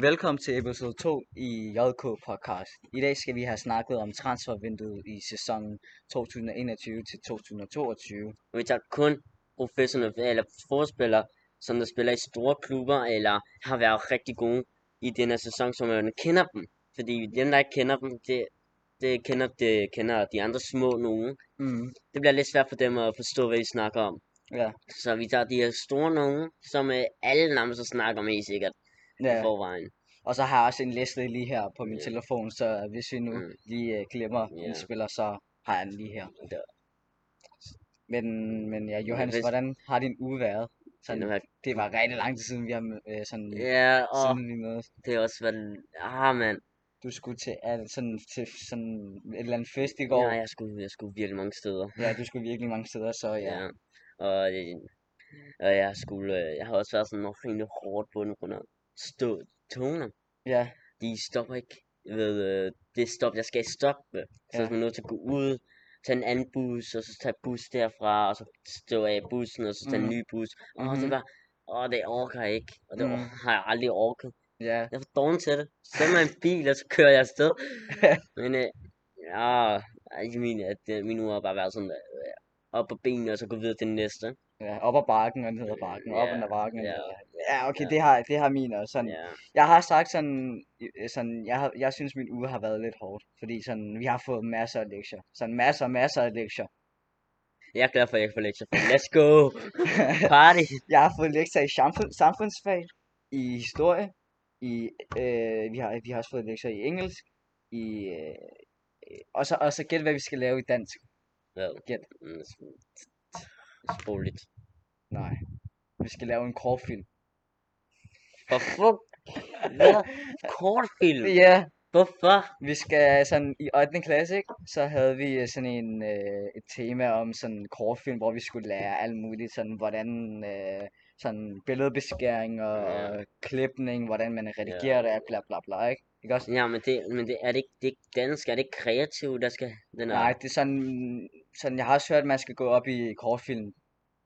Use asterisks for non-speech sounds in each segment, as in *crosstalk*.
Velkommen til episode 2 i JK Podcast. I dag skal vi have snakket om transfervinduet i sæsonen 2021 til 2022. Og vi tager kun professionelle eller forspillere, som der spiller i store klubber, eller har været rigtig gode i den her sæson, som man kender dem. Fordi dem, der ikke kender dem, det, det, kender, det kender de andre små nogen. Mm. Det bliver lidt svært for dem at forstå, hvad de snakker om. Ja. Så vi tager de her store nogen, som øh, alle nærmest snakker med sikkert ja. i ja. forvejen. Og så har jeg også en liste lige her på min Ja. telefon, så hvis vi nu Mm. lige øh, glemmer en Ja. spiller, så har jeg den lige her. Der. Men, men ja, Johannes, hvis- hvordan har din uge været? Den Sådan, her, det var rigtig lang tid siden, vi har mø- øh, sådan, ja, og siden vi mødes. det er også været... Ah, mand. Du skulle til, er det sådan, til sådan et eller andet fest i går. Ja, jeg skulle, jeg skulle virkelig mange steder. Ja, du skulle virkelig mange steder, så ja. Ja. Og, øh, og jeg skulle, øh, jeg har også været sådan rimelig hårdt bundet under stå togene. Ja, De stopper ikke ved øh, det stop, jeg skal i stop ved. Så Ja. er man nødt til at gå ud, tage en anden bus, og så tage bus derfra, og så stå af i bussen, og så tage en Mhm. ny bus. Og det Mhm. var, åh, det orker jeg ikke, og det Mhm. or- har jeg aldrig orket. ja. Jeg er for dårlig til det. Sæt mig i en bil, og så kører jeg *laughs* afsted. Men øh, ja, jeg mener, at øh, min uge har bare været sådan, øh, op på benene, og så gå videre til den næste. Ja, op ad bakken, og den hedder bakken, op Ja, under bakken. og den ja, hedder- Ja, okay, ja. det har, det har min også sådan. Ja, Jeg har sagt sådan, øh, sådan jeg, har, jeg synes min uge har været lidt hårdt, fordi sådan, vi har fået masser af lektier. Sådan masser og masser af lektier. jeg er glad for, at jeg kan få lektier for. Let's *laughs* go! Party! Jeg har fået lektier i samfund, samfundsfag, i historie, i, øh, vi, har, vi har også fået lektier i engelsk, i, øh, øh, og så, og så gæt, hvad vi skal lave i dansk. Well, Gæt. mm, s- Spol lidt. Nej, vi skal lave en kortfilm. For fuck! Hvad? Kortfilm? Ja, Hvorfor? Vi skal sådan i 8. klasse, ikke? så havde vi øh, sådan en øh, et tema om sådan kortfilm, hvor vi skulle lære alt muligt sådan hvordan øh, sådan billedbeskæring og Ja. klipning, hvordan man redigerer det, bla bla bla, ikke? Ikke også? Ja, men det, men det, er det ikke, det er ikke dansk, er det ikke kreativt, der skal den her... Nej, det er sådan sådan jeg har også hørt, at man skal gå op i kortfilm.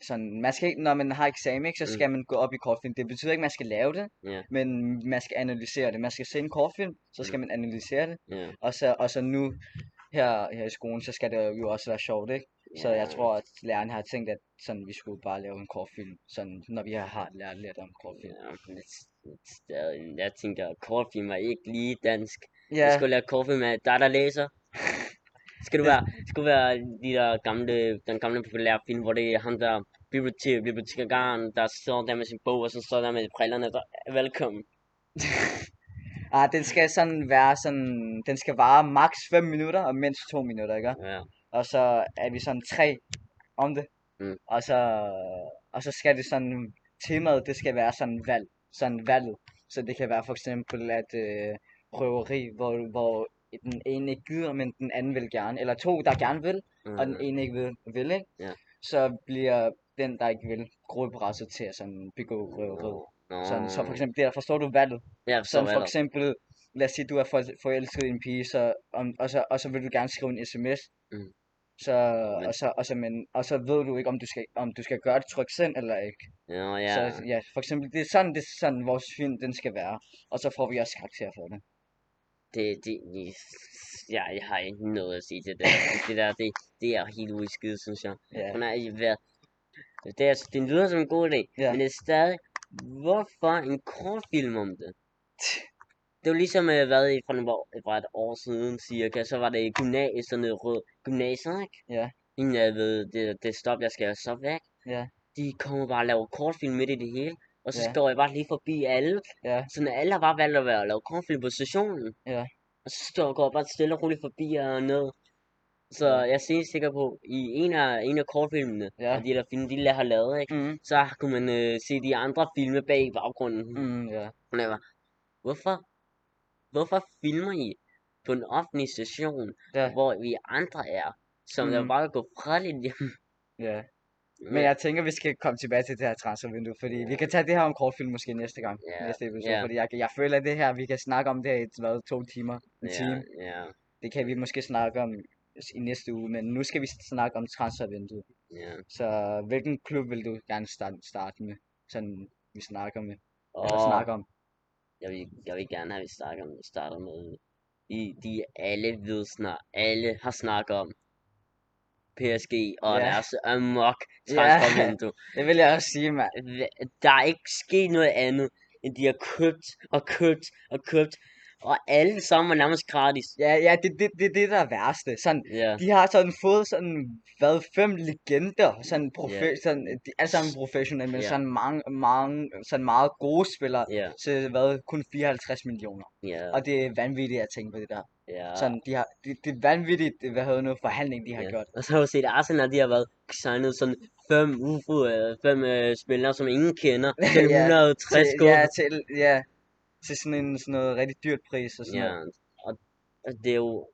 Sådan man skal ikke, når man har eksamen, ikke, så Mm. skal man gå op i kortfilm. Det betyder ikke, at man skal lave det, Ja. men man skal analysere det. Man skal se en kortfilm, så skal Mm. man analysere det. Ja. Og så, og så nu her, her i skolen, så skal det jo også være sjovt, ikke? Så jeg Ja. tror, at læreren har tænkt, at sådan, vi skulle bare lave en kortfilm, sådan, når vi har- har lært lidt om kortfilm. Ja, men det, det, er- jeg tænkte, at kortfilm er ikke lige dansk. Ja, Jeg skulle lave kortfilm af dig, der læser. Skal du være, skal du være de der gamle, den gamle populære film, hvor det er ham der bibliotek, bibliotekaren, der står der med sin bog, og så står der med brillerne, der er velkommen. ah, den skal sådan være sådan, den skal vare maks 5 minutter og mindst 2 minutter, ikke? Ja. Og så er vi sådan tre om det. Mm. Og så, og så skal det sådan, temaet, det skal være sådan valg, sådan valget. Så det kan være for eksempel, at øh, røveri, hvor, hvor den ene ikke gider, men den anden vil gerne. Eller to, der gerne vil, og den ene ikke vil, vil ikke? Ja. Så bliver den, der ikke vil, gruppepresset til at sådan begå røveri. Nå. Sådan, så for eksempel der, forstår du valget? ja, så Sådan er for der. eksempel, lad os sige, du er for- forelsket i en pige, så, om, og, så, og så vil du gerne skrive en sms. Mm. Så, Men- og, så, og, så, men, og så ved du ikke, om du skal, om du skal gøre det tryk send eller ikke. Nå, ja. Så ja, for eksempel, det er sådan, det er sådan vores film den skal være. Og så får vi også karakter for det. Det, det, ja, jeg har ikke noget at sige til det. det der, det, det er helt udskidt, synes jeg. Ja. Hun er i vejret. Det, er, det lyder som en god idé, Ja. ja. men det er stadig, hvorfor en kortfilm om det? Det var ligesom, øh, hvad i for, nogle år, for et år siden cirka, så var det i gymnasiet, sådan noget rød gymnasiet, ikke? Ja. Inden jeg ved, det, det stop, jeg skal så væk. Ja. De kommer bare og laver kortfilm midt i det hele, og så Ja. ja. står jeg bare lige forbi alle. Ja. Sådan, alle har bare valgt at være og lave kortfilm på stationen. Ja. Og så står, går jeg bare stille og roligt forbi og ned. Så Ja. jeg er helt sikker på, i en af, en af kortfilmene, Ja. og de der film, de har lavet, ikke? Mm. Så kunne man øh, se de andre filme bag i baggrunden. Mm, ja. Og jeg var, hvorfor, hvorfor filmer I på en offentlig station, Ja. hvor vi andre er, som mm. der Mhm. bare kan gå fredeligt hjem? ja. Men jeg tænker, vi skal komme tilbage til det her transfervindue, fordi vi kan tage det her om kortfilm måske næste gang, Ja, næste episode, ja. fordi jeg, kan- jeg føler, at det her, vi kan snakke om det her i hvad, to timer, en ja, time. ja, Det kan vi måske snakke om s- i næste uge, men nu skal vi snakke om transfervinduet. ja. Så hvilken klub vil du gerne starte, starte med, sådan vi snakker med, eller Åh, snakker om? jeg vil, jeg vil gerne have, at vi snakker om, starter med, i, de alle ved snak, alle har snakket om PSG og Ja. deres amok transfervindue. Det vil jeg også sige, mand. Hva- Der er ikke sket noget andet, end de har købt og købt og købt, og alle sammen er nærmest gratis. Ja, ja, det er det, det, det, der er værste. Sådan, Ja, de har sådan fået sådan, hvad, fem legender, sådan, profe- Ja. sådan de er alle sammen professionelle, men Ja. sådan mange, mange, sådan meget gode spillere, ja, til hvad, kun 54 millioner. ja, Og det er vanvittigt at tænke på det der. ja. Sådan, de har, det, det er vanvittigt, hvad hedder nu, forhandling, de har Ja. gjort. Og så har du set, at Arsenal de har været signet sådan fem UFO, øh, fem øh, spillere, som ingen *laughs* kender, til Ja. 160 til, kroner. ja, til, ja, til sådan en sådan noget rigtig dyrt pris og sådan Ja, noget. og, og det er jo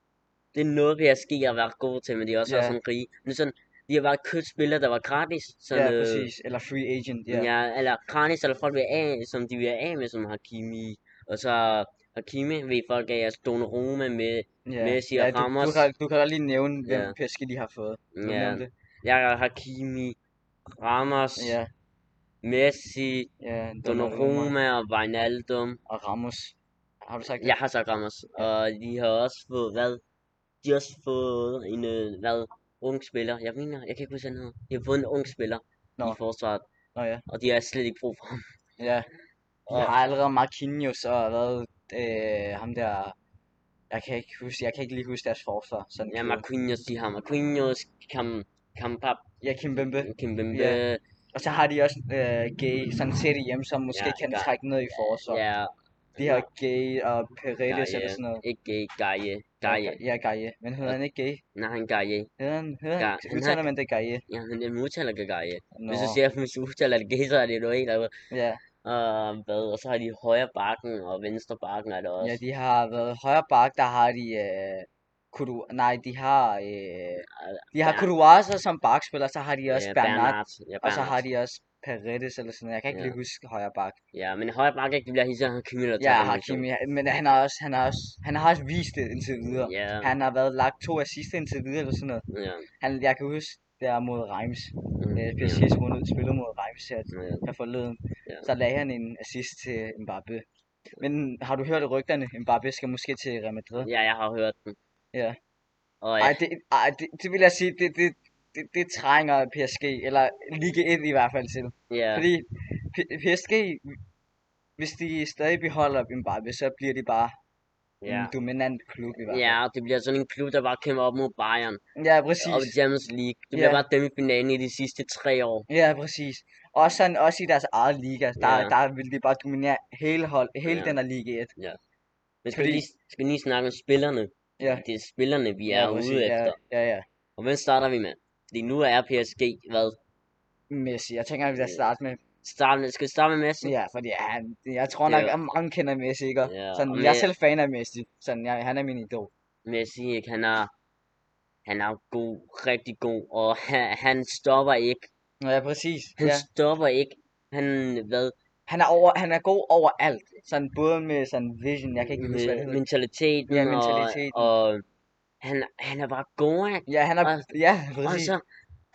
det er noget, PSG har været gode til, men de er også, Ja. yeah. sådan rige. Men sådan, de har været købt spillere, der var gratis. Sådan, ja, øh, præcis. Eller free agent, ja. Yeah. ja, eller gratis, eller folk vil af, som de vil af med, som Hakimi. Og så Hakimi ved folk af, altså Donnarumma med. ja. Messi ja, og du, du, Ramos. kan, du kan godt lige nævne, hvem Ja. PSG de har fået. Du Ja, nævnte det. jeg Hakimi, Ramos, Ja, Messi, ja. Donnarumma. Donnarumma og Wijnaldum. Og Ramos. Har du sagt det? Jeg har sagt Ramos, Ja. og de har også fået, hvad? De har også fået en, øh, hvad? Ung spiller. Jeg mener, jeg kan ikke huske, hvad han hedder. De har fået en ung spiller Nå. i forsvaret, Nå ja. og de har slet ikke brug for ham. Ja. De Og- har allerede Marquinhos og hvad, øh, ham der... Jeg kan ikke huske, jeg kan ikke lige huske deres forsvar. Sådan Ja, klog. Marquinhos, de har Marquinhos, Kam, Kampap, Ja, Kimpembe. Kimpembe, Ja, Og så har de også øh, Gay, sådan set hjem, som måske Ja, kan Gay. trække ned i forsvar. ja, De har Gay og Paredes Gaye. eller sådan noget. ikke Gay, Gaye, Gaye. Ja, Gaye. Men hedder han ikke Gay? Nej, han Gaye. Hedder han, hedder Ga- han, han har udtaler ikke- man det Gaye? Ja, han er udtaler ikke Gaye. Nå, Hvis du siger, at hvis du udtaler det Gay, så er det noget helt andet. ja. Og hvad, og så har de højre bakken og venstre bakken er der også. Ja, de har været højre bak, der har de... Øh, Kudu, nej, de har... Øh, de har Bern- Kuduasa som bakspiller, så har de også Ja, Bernard, Ja, og så har Bernard. de også Paredes eller sådan noget. Jeg kan ikke Ja. lige huske højre bak. Ja, men højre bakke, det bliver hisse, han Kimi, der Ja, tager den position. Hakimi, men han har også, han har også, han har også vist det indtil videre. Ja, Han har været lagt to assist indtil videre eller sådan noget. ja. Han, jeg kan huske, der mod Reims. mm, Øh, ja, PSG spillede, spillede mod Reims her ja. her forleden, Ja. så lagde han en assist til Mbappé. Men har du hørt af rygterne? Mbappé skal måske til Real Madrid. Ja, jeg har hørt den. Ja. Og ja, Ej, det, ej det, det vil jeg sige, det, det, det, det trænger PSG, eller Ligue 1 i hvert fald til. ja, Fordi P- PSG, hvis de stadig beholder Mbappé, så bliver de bare ja. en dominant klub Mm, i hvert fald. Ja, og det bliver sådan en klub, der bare kæmper op mod Bayern Ja, og præcis. Champions League. Det bliver Ja. bare dem i finalen i de sidste tre år. Ja, præcis. Også, sådan, også i deres eget liga, der, Ja. der vil de bare dominere hele, hold, hele Ja. den her Ligue 1. Men skal, vi Fordi- lige, skal vi lige snakke om spillerne? Ja. Det er spillerne, vi er præcis. ude efter. Ja, ja, ja. Og hvem starter vi med? Fordi nu er PSG, hvad? Messi. Jeg tænker, at vi skal Ja. starte med. Start, skal vi starte med Messi? Ja, fordi han, jeg tror Det er nok, jo- at mange kender Messi, ikke? Ja, Ja, sådan, og jeg er med- selv fan af Messi. Sådan, jeg, han er min idol. Messi, ikke? Han er, han er god, rigtig god, og han, han stopper ikke. Nå, Ja, præcis. Han Ja. ja. stopper ikke. Han, hvad, Han er, over, han er god over alt. Sådan, både med sådan vision, jeg kan ikke huske, hvad det med hedder. mentaliteten, Ja, mentaliteten. og, og han, han er bare god, ikke? Ja, han er, Og- ja, Og præcis. så,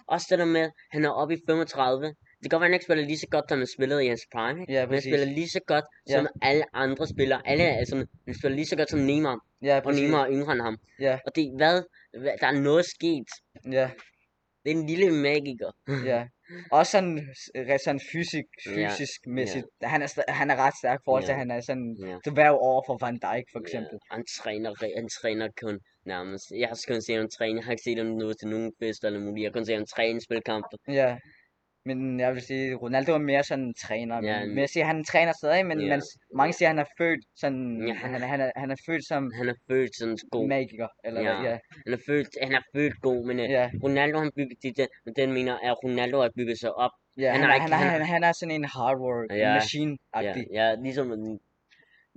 også det der med, han er oppe i 35. Det kan godt være, han ikke spiller lige så godt, som han spillede i hans prime, ikke? Ja, Men han præcis. spiller lige så godt, Ja. som alle andre spillere. Alle, er sådan, han spiller lige så godt som Neymar, Ja, og præcis. Neymar er yngre end ham. Ja. Og det, hvad, hvad, der er noget sket. Ja, Det er en lille magiker. ja. Også sådan, øh, sådan fysik, fysisk ja, mæssigt. Han, er, sta- han er ret stærk i forhold til, Ja. at han er sådan *laughs* Ja. dværg over for Van Dijk, for eksempel. Ja, han træner, re- han træner kun nærmest. Jeg har kun set ham træne. Jeg har ikke set ham nå til nogen fest eller muligt. Jeg har kun set ham træne spilkampe. Ja. Men jeg vil sige, Ronaldo er mere sådan en træner. Ja, Ja, en- Messi, han træner stadig, men Ja. man, mange siger, han er født sådan, Ja, ja, han han, er- han, er, han er født som Han er født sådan god. magiker, eller ja. Ja. ja, Han er født, han er født god, men ja. ja, Ronaldo han bygget det der, men den mener, at Ronaldo har bygget sig op. ja, Han han, er er, ikke- han, er, han er- han, han er sådan en hard work, Ja. ja. machine Ja, agtig ja ligesom en-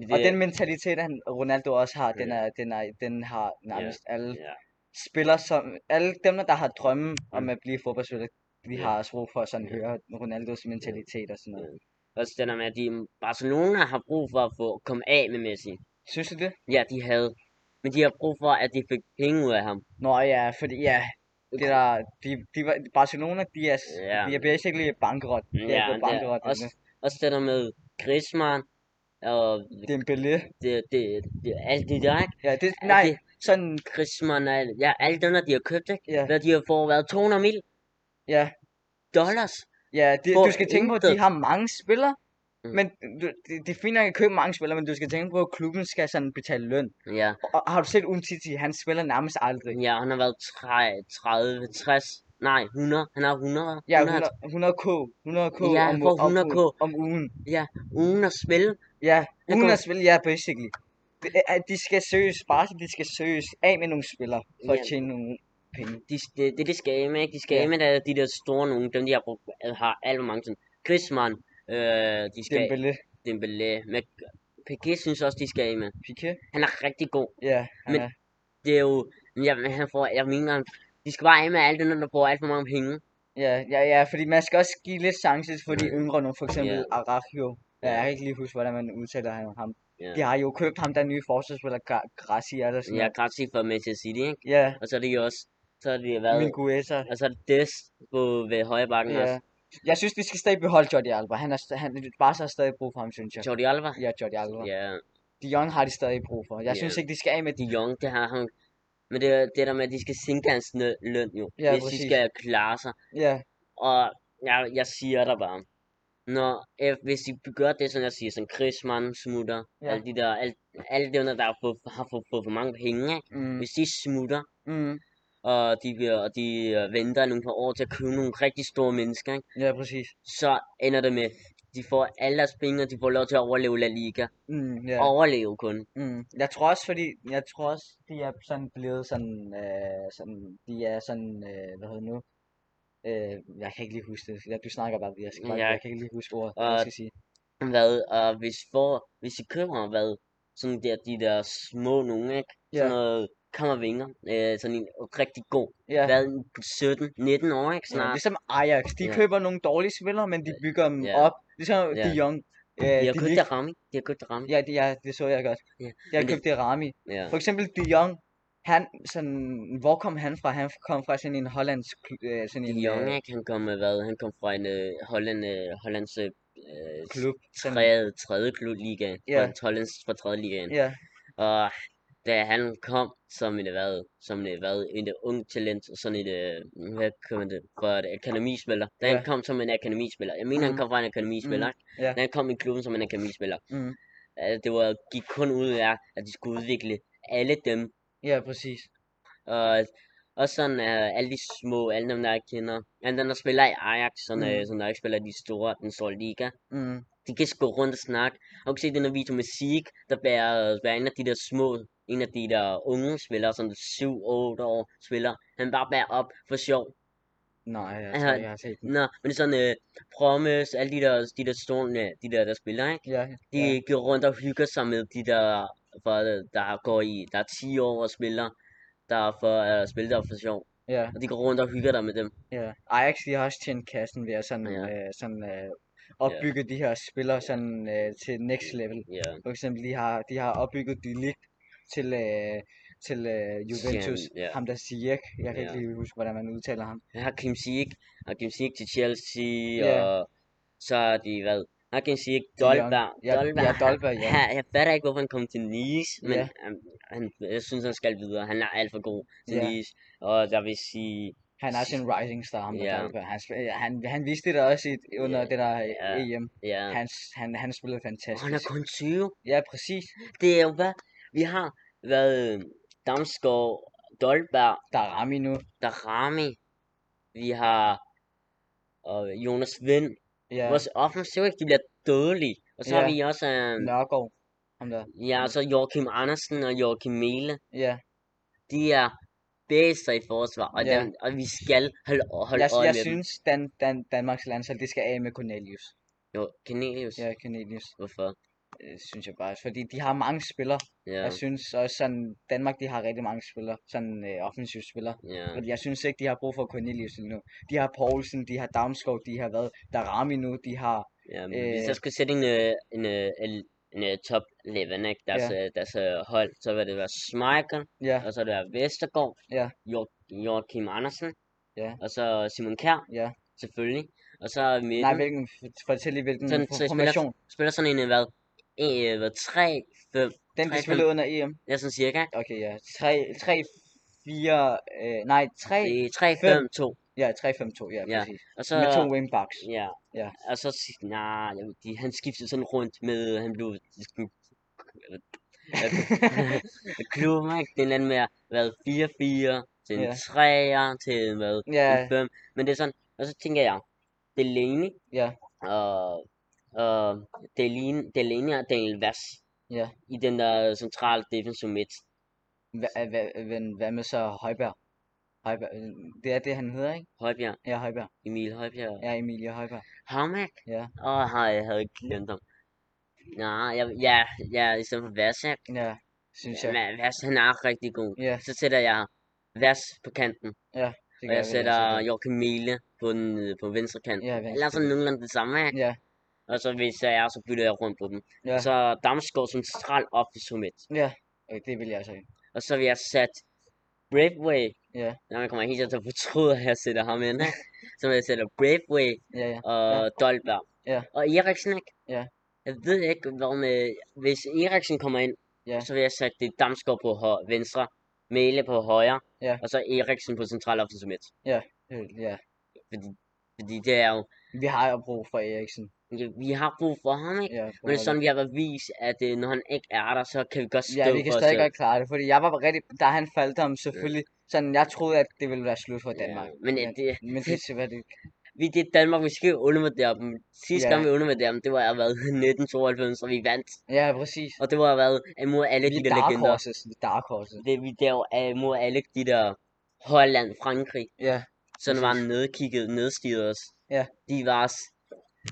det, Og den mentalitet, han, Ronaldo også har, den, Ja. er, den, er, den har nærmest alle ja. spillere, som, alle dem, der har drømme om Mm. at blive fodboldspiller, de Ja. har også brug for at sådan Ja. høre Ronaldos mentalitet og sådan noget. Også den der med, at de, Barcelona har brug for at få komme af med Messi. Synes du det? Ja, de havde. Men de har brug for, at de fik penge ud af ham. Nå ja, fordi ja, det der, de, de, var- Barcelona, de er, Ja. ja. de er basically bankerot. De Ja, er det på er bankerot. også- Også det der med Griezmann. og Dembélé. det, det, det, alt det der, ikke? Ja, det, Ja, nej, det- sådan, Griezmann og alt, ja, alle dem, der de har købt, ikke? Ja. Hvad de har fået, været 200 mil ja, dollars. ja, det, Får du skal tænke på, at de intet. har mange spillere. Mm. Men du, det, det er fint nok at købe mange spillere, men du skal tænke på, at klubben skal sådan betale løn. Ja, Og har du set Umtiti, han spiller nærmest aldrig. ja, han har været 30, 60, nej, 100, han har 100, Ja, 100, 100k, 100k Ja, om, han u- får om, 100K. u- om ugen. uden at spille. Ja, Jeg uden går- at spille, ja, basically. Det er- At de skal søges, bare så de skal søges af med nogle spillere, for Ja. at tjene nogle penge. de, det, det, de skal af med, ikke? De skal Ja. af med der- de der store nogen, dem de har brugt, har alt for mange sådan. Griezmann, øh, de skal af, Dembélé, Dembélé, men PG synes også, de skal af med. Piqué, Han er rigtig god. ja, han Men- er. Det er jo, jamen, han får, jeg mener, han- de skal bare af med alt det, når der bruger alt for mange penge. Ja, ja, ja, fordi man skal også give lidt chance for de yngre nu, for eksempel Ja. yeah. Arachio. Ja, Ja. jeg kan ikke lige huske, hvordan man udtaler han- ham. Ja. De har jo købt ham, der nye forsvarsspiller, Gra- Gracia eller sådan Jeg noget. er ret for Manchester City, ikke? Ja, Og så er det jo også, så har de været, Mingueza. og så er det Des på ved højre bakken også. Ja. Jeg synes, vi skal stadig beholde Jordi Alba. Han er, st- han, bare så har stadig brug for ham, synes jeg. Jordi Alba. Ja, Jordi Alba. Ja, De Jong har de stadig brug for. Jeg Ja. synes ikke, de skal af med De Jong, det har han. Men det er det der med, at de skal sænke hans nø- løn jo. Ja, hvis de præcis. skal klare sig. Ja, Og jeg, jeg siger dig bare, når, eh, hvis de gør det, som jeg siger, som Griezmann smutter, Ja. ja. alle de der, alt, alle dem, der har fået, har fået, fået for mange penge, ikke? mm, hvis de smutter, mm, og de, bliver- og de øh, venter nogle par år til at købe nogle rigtig store mennesker, ikke? ja, præcis. så ender det med, de får alle deres penge, og de får lov til at overleve La Liga. Mm, Ja. ja. Overleve kun. Mm. Jeg tror også, fordi jeg tror også, de er sådan blevet sådan, øh, sådan de er sådan, øh, hvad hedder det nu? Øh, jeg kan ikke lige huske det. Ja, du snakker bare, jeg, skal bare, Ja. jeg kan ikke lige huske ordet, hvad jeg Og- skal sige. Hvad, og hvis, for, hvis de køber, hvad, sådan der, de der små nogen, ikke? Ja. Sådan noget kammervinger, øh, sådan en rigtig god Ja, været 17-19 år, ikke ja, snart? ligesom Ajax. De Ja. køber nogle dårlige spillere, men de bygger dem Ja. op. Ligesom Ja. De Jong. Øh, de har de købt lig- Rami. De har købt Rami. Ja, de, ja, det så jeg godt. Ja, De har men det- købt det Rami. Ja. For eksempel De Jong. Han, sådan, hvor kom han fra? Han kom fra sådan en hollandsk, kl- øh, sådan De en Jong, øh, ikke? Han kom, med hvad? Han kom fra en øh, Holland, øh, Hollands øh, øh, klub. Sådan, tredje, tredje klub liga. Ja. Fra Hollands fra tredje ligaen. ja, Og da han kom som en, hvad, som en, hvad, en øh, ung talent, og sådan et, øh, hvad kan man det, for et akademispiller. Da Ja. han kom som en akademispiller. Jeg mener, han Mhm. Mm, kom fra en akademispiller. ikke? ja. Da han kom i klubben som en akademispiller. Mhm. Øh, Det var, gik kun ud af, at de skulle udvikle alle dem, ja, præcis. Og, og sådan uh, alle de små, alle dem, der jeg kender. Alle dem, der spiller i Ajax, sådan, mm. Mm. øh, sådan, der ikke spiller i de store, den store liga. Mm. De kan gå rundt og snakke. Har du ikke set den her video med Sieg, der bærer, bærer en af de der små, en af de der unge spillere, sådan 7-8 år spiller. Han bare bærer op for sjov. Nej, jeg Altså, tror ikke, jeg har set den. Nå, men det er sådan, øh, Promes, alle de der, de der store, øh, de der, der spiller, ikke? Ja, De ja. går rundt og hygger sig med de der, for, der går i, der er 10 år og spiller, der er for at uh, spille der for sjov. Ja, Og de går rundt og hygger dig med dem. ja. Ajax, de har også tjent kassen ved at sådan, Ja. øh, sådan øh, opbygge de her spillere sådan, øh, til next level. Ja. For eksempel, de har, de har opbygget de ligt til, øh, til øh, Juventus. ja. Ham der Ziyech, jeg kan ikke Ja. lige huske, hvordan man udtaler ham. Jeg har Kim Sieg, og Kim Sieg til Chelsea, Ja. og så har de hvad? Jeg har Kim Sieg, Jong. Dolberg. Ja, ja, Dolberg, ja. *laughs* Han, jeg fatter ikke, hvorfor han kom til Nice, men Ja. han, han, jeg synes, han skal videre. Han er alt for god til Ja. Nice, og der vil sige, Han er også en rising star, ham der Ja. Dolberg. Han, sp- ja, han, han viste det da også i, under Ja, det der øh, ja. EM. ja, Han, han, han spillede og han er fantastisk. kun 20. Ja, præcis. Det er jo hvad? Vi har været Damsgaard, Dolberg, Der er Rami nu. Darami, vi har og Jonas Vind, Ja, Vores offensiv, ikke? De bliver dødelige. Og så har Ja. vi også, øh, Nørgaard. Ham der. ja, og så Joachim Andersen og Joachim Mele. Ja. De er bedster i forsvar, og, Ja. dem, og vi skal holde, holde jeg, øje jeg med dem. synes, Dan, Dan, Danmarks landshold, det skal af med Cornelius. Jo, Cornelius. Ja, Cornelius, Hvorfor? øh, synes jeg bare. Fordi de har mange spillere. Ja, Ja. Jeg synes også sådan, Danmark, de har rigtig mange spillere. Sådan øh, offensive spillere. ja. Og jeg synes ikke, de har brug for Cornelius lige nu. De har Poulsen, de har Damskov, de har været Darami nu, de har... ja men hvis øh, jeg skulle sætte en, øh, en, øh, en, en, øh, top 11, ikke? Deres, ja. deres øh, hold, så vil det være Schmeichel, Ja, og så vil det være Vestergaard, Ja. jo- Joachim Andersen, Ja. og så Simon Kjær, ja. selvfølgelig. Og så midten. Nej, hvilken... Fortæl lige, hvilken Sådan, så I spiller- formation. spiller sådan en, øh, hvad? øh, 3, 5, Den Tre blev spillet under EM. ja, sådan cirka. Okay, ja. 3, 3 4, øh, nej, 3, Det er 3, Fem. 5, 2. ja, 3, 5, 2, ja, E- Ja. præcis. Og så, Med to wingbacks. ja, Ja. og så, sig- nej, jeg ved ikke, han skiftede sådan rundt med, øh, han blev, *laughs* klubben, ikke? Det er en eller anden med at være 4-4 til en Ja. 3'er til øh, hvad, Ja. en 5. Men det er sådan, og så tænker jeg, Delaney Ja. og, og Delaney, Delaney og Daniel Vass Ja. i den der centrale defensive midt. Hva- øh, hva- øh, men hvad med så Højberg? Højberg, øh, det er det, han hedder, ikke? Højbjerg, Ja, Højberg. Emil Højbjerg, Ja, Emilie Højberg. Hamak. Ja. Åh, oh, jeg havde glemt ham. Nej, jeg, ja, ja, i stedet for Vass, ikke? Ja, synes jeg. Men Vass, han er rigtig god. Ja, Så sætter jeg Vass på kanten. det Og gør jeg vi da sætter sikkert. Joachim Mæhle på, den, øh, på venstre kant. Ja, Eller venstre. sådan nogenlunde det samme, ikke? Ja. Og så hvis jeg er, så bytter jeg rundt på dem. Ja. Og så Damsgaard som central op i summit. Okay, Øh, det vil jeg så ikke. Og så vil jeg sætte Braveway. Ja. Når man kommer helt til at fortryde, at jeg sætter ham ind, ikke? så vil jeg sætte Braveway Ja, ja. og Ja. ja. Dolberg. Ja. Og Eriksen, ikke? Ja. Jeg ved ikke, hvor med... Hvis Eriksen kommer ind, Ja. så vil jeg sætte det Damsgaard på hø- venstre, Mæle på højre, Ja. og så Eriksen på central offensiv midt. Øh, Ja. Fordi, fordi det er jo... Vi har jo brug for Eriksen. Ja, vi har brug for ham, ikke? Ja, Men det er forholdet. sådan, vi har været vist, at øh, når han ikke er der, så kan vi godt stå Ja, vi kan for os stadig selv. godt klare det, fordi jeg var rigtig, da han faldt om, selvfølgelig, sådan, jeg troede, at det ville være slut for Danmark. Ja, men, øh, det, Men det er simpelthen ikke. vi, det er Danmark, vi skal undervurdere dem. Sidste Ja. gang, vi undervurderede dem, det var været *laughs* 1992, og vi vandt. Ja, præcis. Og det var været imod alle Vi de er der dark legender. horses, vi er dark horses. Det, vi der imod alle de der Holland, Frankrig, Ja, som var Præcis. nedkigget, nedstiget os. Ja. De var... s-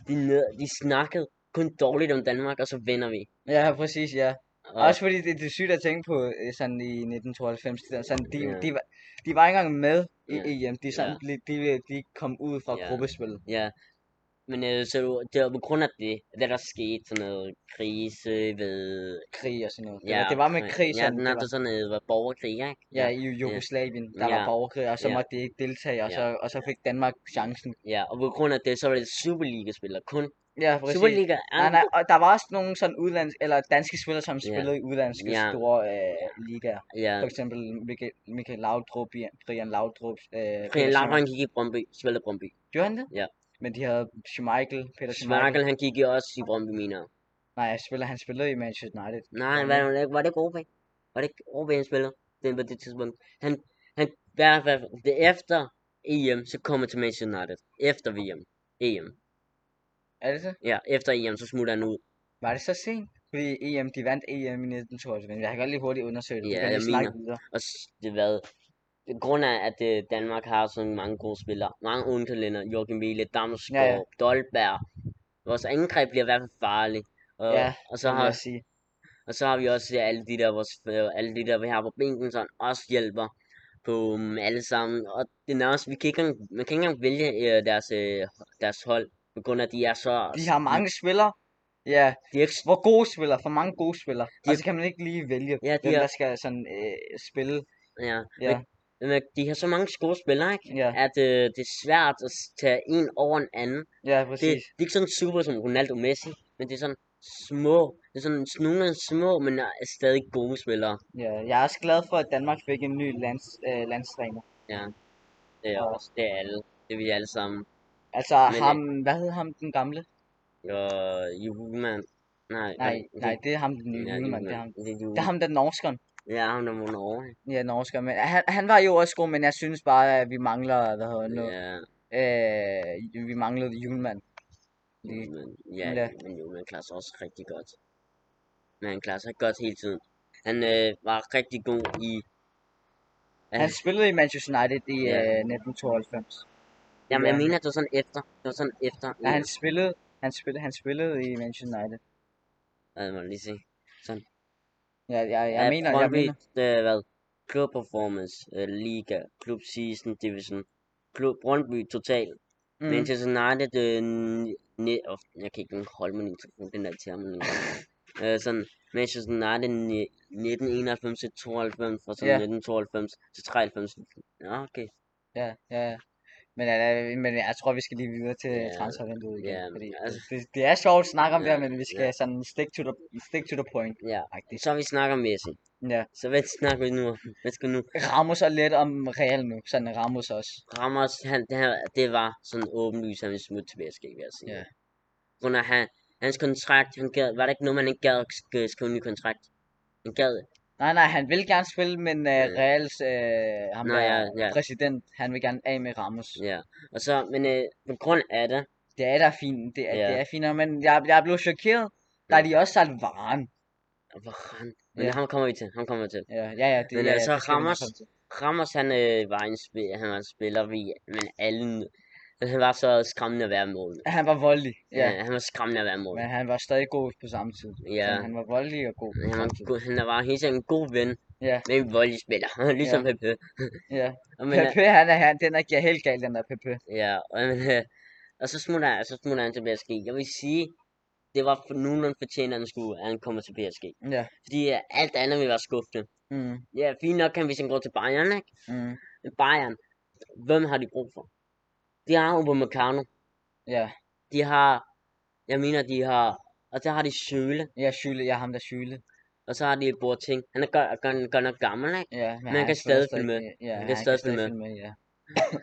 De, ned, de snakkede kun dårligt om Danmark, og så vinder vi. ja, præcis, ja. Og, Også fordi det, det er sygt at tænke på øh, sådan i 1992, det der, sådan, de, Ja. de, var, de var ikke engang med i Ja. EM, de, er sådan, de, de, de kom ud fra Ja. gruppespillet. Ja. Men øh, så du- det var på grund af det, at der skete sådan noget krise ved... Krig og sådan noget. Det, Ja, var, det var med omkring- krig, Ja, sådan, den det er var, sådan noget var borgerkrig, ikke? ja, i Jugoslavien, der var Ja. borgerkrig, og så Ja. måtte de ikke deltage, og Ja. så, og så fik Danmark chancen. Ja, og på grund af det, så var det Superliga-spillere kun. Ja, præcis. Superliga er... Nej, nej, og der var også nogle sådan udlands, eller danske spillere, som spillede i udlandske Ja. store øh, ligaer. Ja. For eksempel Michael, Michael Laudrup, Brian- Brian Laudrup. Øh, Brian Peter Lager, Schmeichel. han gik i Brøndby. Spillede Brøndby. Gjorde han det? Ja. Men de havde Schmeichel, Peter Schmeichel. Schmeichel, han gik i også i Brøndby, mener jeg. Nej, jeg spiller, han spillede i Manchester United. Nej, Brøndby. var det, var det ikke OB? Var det ikke OB, han spillede? Det var det tidspunkt. Han, han, i hvert fald, det er efter EM, så kommer til Manchester United. Efter VM. EM. Er det det? Ja, efter EM, så smutter han ud. Var det så sent? Fordi EM, de vandt EM i 1992, men jeg kan godt lige hurtigt undersøge det. Ja, du kan jeg lige snakke videre. Og s- det hvad? På grund af, at øh, Danmark har så mange gode spillere, mange unge talenter, Joachim Wiele, Damsgaard, Ja, ja, ja. Dolberg. Vores angreb bliver i hvert fald farligt. Og, Ja, og, så Det vil har, jeg sige. og så har vi også ja, alle de der, vores, øh, alle de der vi har på bænken, som også hjælper på um, alle sammen. Og det er nærmest, vi kan ikke engang, man kan ikke engang vælge øh, deres, øh, deres hold, på grund af, at de er så... De har mange spillere. Ja, De er ikke, hvor gode spillere, for mange gode spillere. De Og er- så kan man ikke lige vælge, ja, de hvem er, der skal sådan øh, spille. ja, Ja. Men, men de har så mange gode spillere, ikke? Ja, at øh, det er svært at s- tage en over en anden. ja, det, præcis. det er ikke sådan super som Ronaldo og Messi, men det er sådan små. Det er sådan nogle små, men er stadig gode spillere. Ja, jeg er også glad for, at Danmark fik en ny lands, øh, landstræner. Det er Ja. også det er alle. Det er vi alle sammen. Altså Men, øh, ham, hvad hed ham den gamle? Og Julemand. Nej, Nej, nej, det er ham den nye Ja, Julemand, det er ham. Julemand. Det er Det er Julemand. ham den norskeren. Ja, ham der vundet over. Ja, norsker, men han, han var jo også god, men jeg synes bare, at vi mangler, hvad hedder det nu? Ja, Øh, vi manglede julemand. Lige. Julemand. Ja, Ja. men Julemand klarer sig også rigtig godt. Men han klarer sig godt hele tiden. Han øh, var rigtig god i... Han spillede i Manchester United i Ja. øh, 1992. Jamen, jeg Ja. mener, at det var sådan efter. Det var sådan efter. Ja, han spillede, han spillede, han spillede i Manchester United. Ja, jeg må lige se. Ja, jeg, jeg, Ja, mener, jeg Brøndby, mener. Det er hvad? Klub Performance, øh, Liga, Klub Season Division, Klub Brøndby Total, mm. Mm. Manchester United, øh, ne- oh, jeg kan ikke engang holde min mikrofon, den der til ham. *laughs* øh, sådan, Manchester United ni- 1991 til 92, og så Ja. 1992 til 93. Ja, okay. Ja, ja. Men, øh, men jeg tror, vi skal lige videre til Ja, transfervinduet igen. ja, fordi det- altså- det, det, er sjovt at snakke om det Ja, her, men vi skal ja. sådan stick to the, stick to the point. Ja. Faktisk. Så vi snakker om Messi. Ja. Så hvad *laughs* snakker vi nu om? Hvad skal vi nu? Ramos er lidt om Real nu. Sådan Ramos også. Ramos, han, det, her, det var sådan åbenlyst, han ville smutte til PSG, vil jeg sige. Ja. Under han, hans kontrakt, han gad, var der ikke noget, man ikke gad at sk- øh, skrive en ny kontrakt? Han gad det. Nej, nej, han vil gerne spille, men øh, Ja. Reals øh, ham Nå, der, ja, ja. præsident, han vil gerne af med Ramos. Ja. Og så, men øh, på grund af det, Det er da fint, det er, Ja. det er fint, men jeg, jeg er blevet chokeret, da Ja. de også solgte Varane. hvor han, men Ja. ham kommer vi til, ham kommer vi til. Ja, ja, ja, det, Men ja, altså, det skal vi lige Ramos- komme til. Ramos, han øh, var en spil, han var en spiller, vi, men alle, men han var så skræmmende at være mål. Han var voldelig, ja. Ja. han var skræmmende at være mål. Men han var stadig god på samme tid. Ja. Så han var voldelig og god på Han var, samme en tid. god- han var helt sikkert en god ven, Ja. men en voldelig spiller, *laughs* ligesom ja. Pepe. Ja. Og Men, men, øh, Pepe, han er, han, den er ja, helt gal, den der Pepe. ja, og, men, øh, og så smutter han, så smutter han til PSG. Jeg vil sige, det var for nogenlunde fortjent, at han, skulle, at han kommer til PSG. Ja. Fordi øh, alt andet ville være skuffende. Mm, Ja, fint nok kan vi sådan gå til Bayern, ikke? mm, Men Bayern, hvem har de brug for? De har Upamecano. ja. De har, jeg mener, de har, og så har de Søle, Jeg er Schüle, jeg er ham, der er Schüle. og så har de Boateng. Han er godt, godt, godt nok gammel, ikke? Ja, men han spiller kan stadig følge med. Ja, Han han kan kan stadig stadig følge med. følge med, ja.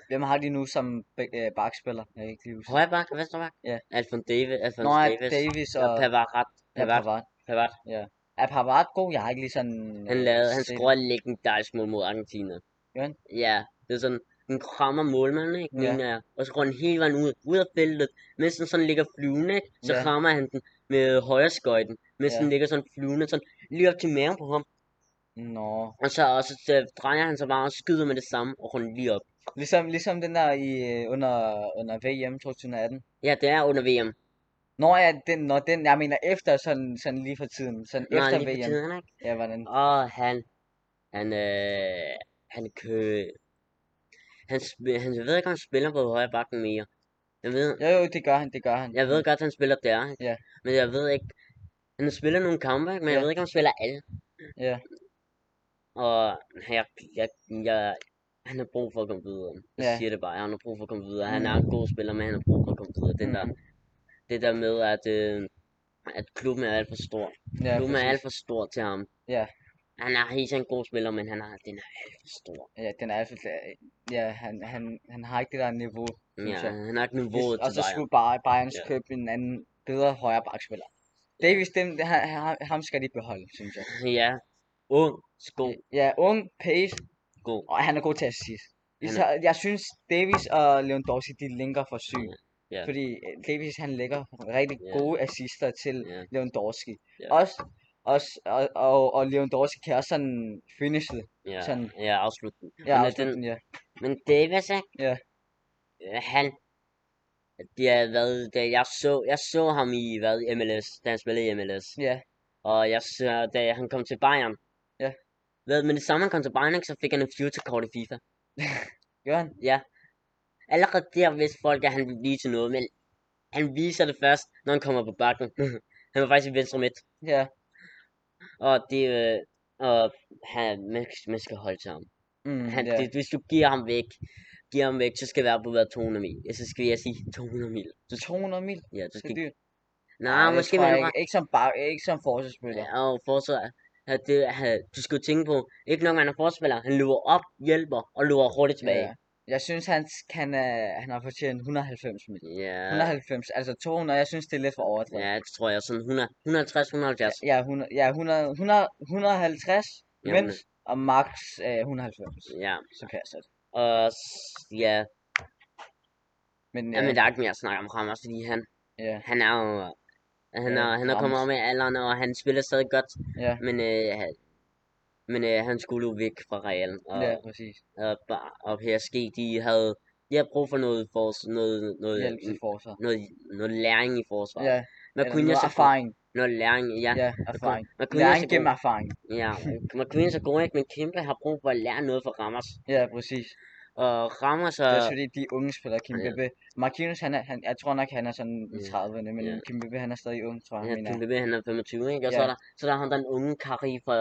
Hvem har de nu som bæk- øh, bakspiller? Jeg kan ikke lige huske. Højrebak og venstreback? Ja. Alfon Davis, Alfon Nå, ja, Davis. Davis Og og Pavard. ja, Pavard. Pavard. Pavard. Er Pavard god? Jeg har ikke lige sådan... Han øh, lavede, han set- scorede et legendarisk mål mod Argentina. Gør han? Ja, det er sådan, den krammer målmanden, ikke, Ja. mener jeg. Og så går den hele vejen ud, ud af feltet, mens den sådan ligger flyvende, ikke? Så Ja. rammer han den med højre skøjten, mens Ja. den ligger sådan flyvende, sådan lige op til maven på ham. Nå. Og så, og så øh, drejer han sig bare og skyder med det samme, og runder lige op. Ligesom, ligesom den der i, øh, under, under VM 2018. Ja, det er under VM. Når jeg, den, når den, jeg mener efter sådan, sådan lige for tiden, sådan Nej, efter lige for VM. tiden, ikke? Ja, hvordan? Og han, han, øh, han kø... Han, sp- han, jeg ved ikke, om han spiller på højre bakken mere. Jeg ved, Jo, jo, det gør han, det gør han. jeg ved godt, han spiller der, ikke? Mm. Ja. Men jeg ved ikke... Han spiller nogle kampe, ikke? Men jeg Ja. ved ikke, om han spiller alle. Ja. Og jeg, jeg, jeg, han har brug for at komme videre. Jeg Ja. siger det bare, han har brug for at komme videre. Han Mm. er en god spiller, men han har brug for at komme videre. Det, der, Mhm. det der med, at, øh, at klubben er alt for stor. Ja, klubben er præcis. alt for stor til ham. Ja. Han er helt sikkert en god spiller, men han er, den er alt for stor. Ja, den er alt for, ja, han, han, han har ikke det der niveau. Ja, synes jeg. han har ikke Hvis- niveauet og til så Bayern. skulle bare Bayern Ja. købe en anden bedre højre bakspiller. Davis, dem, det- han, han- ham skal de beholde, synes jeg. Ja. Ung, sko, Ja, ung, pace, god. og han er god til assist. Han er- Især, jeg synes, Davis og Lewandowski, de linker for sygt. Ja. Fordi øh, Davis, han lægger rigtig Ja. gode assister til Ja. Lewandowski. Ja. Også, også, og, og, og Lewandowski kan også sådan finish det. Ja, Sådan. ja afslut den. Ja, Men, er den, afslutningen, ja. men Davis, ikke? Ja. Øh, Han, det har været, da jeg så, jeg så ham i, hvad, MLS, da han spillede i MLS. Ja. Og jeg så, da han kom til Bayern. Ja. Hvad, men det samme han kom til Bayern, ikke, så fik han en future-kort i FIFA. Jørgen? Allerede der vidste folk, at han ville blive til noget, men han viser det først, når han kommer på bakken. *laughs* han var faktisk i venstre midt. Ja. Og det øh, og han, man, man skal holde til ham. Mm, Han, ja. det, hvis du giver ham væk, giver ham væk, så skal det være på hver 200 mil. Ja, så skal jeg sige 200 mil. Du, 200 mil, ja, du det skal... er dyrt. Nej, det måske tror jeg mindre. ikke, ikke som, bag, ikke som forsvarsspiller. Ja, og forsvar. At det, at du skal jo tænke på, ikke nok han er forspiller, han løber op, hjælper og løber hurtigt tilbage. Jeg synes, han, han, er, han har fortjent 190 mil. Ja, 190, altså 200, jeg synes, det er lidt for overdrevet. ja det tror jeg sådan 100, 150, 170. Ja, 100, ja 100, 100, 150 Ja, mens, og max øh, 190, Ja, så kan jeg sætte. og s- ja, Men, øh, ja. men der er ikke mere at snakke om Ramos, fordi han, ja, han er jo... Han Ja, er, han er Ramos. kommet over med alderen, og han spiller stadig godt, ja, men, øh, han- men øh, han skulle jo væk fra Real. Og, ja, præcis. og, Bar- og PSG, de havde, de havde brug for noget, for, noget, noget, Hjælp til forsvar. noget, noget læring i forsvaret. Ja, man eller kunne noget så erfaring. Noget læring, ja. Ja, Man kunne, erfaring. man kunne Læring så gennem god, erfaring. ja, man kunne så god, ikke? Men Kæmpe har brug for at lære noget fra Ramos. Ja, præcis. Og Ramos Det og... er også fordi, de unge spillere, Kim Ja. Bebe. Marquinhos, han er, han, jeg tror nok, han er sådan i Ja. 30'erne, men Ja. Kim Bebe, han er stadig ung, tror jeg, Ja, han mener. jeg. Kæmpe han er 25, ikke? Og så Ja. er der, så er der ham, den unge Kari fra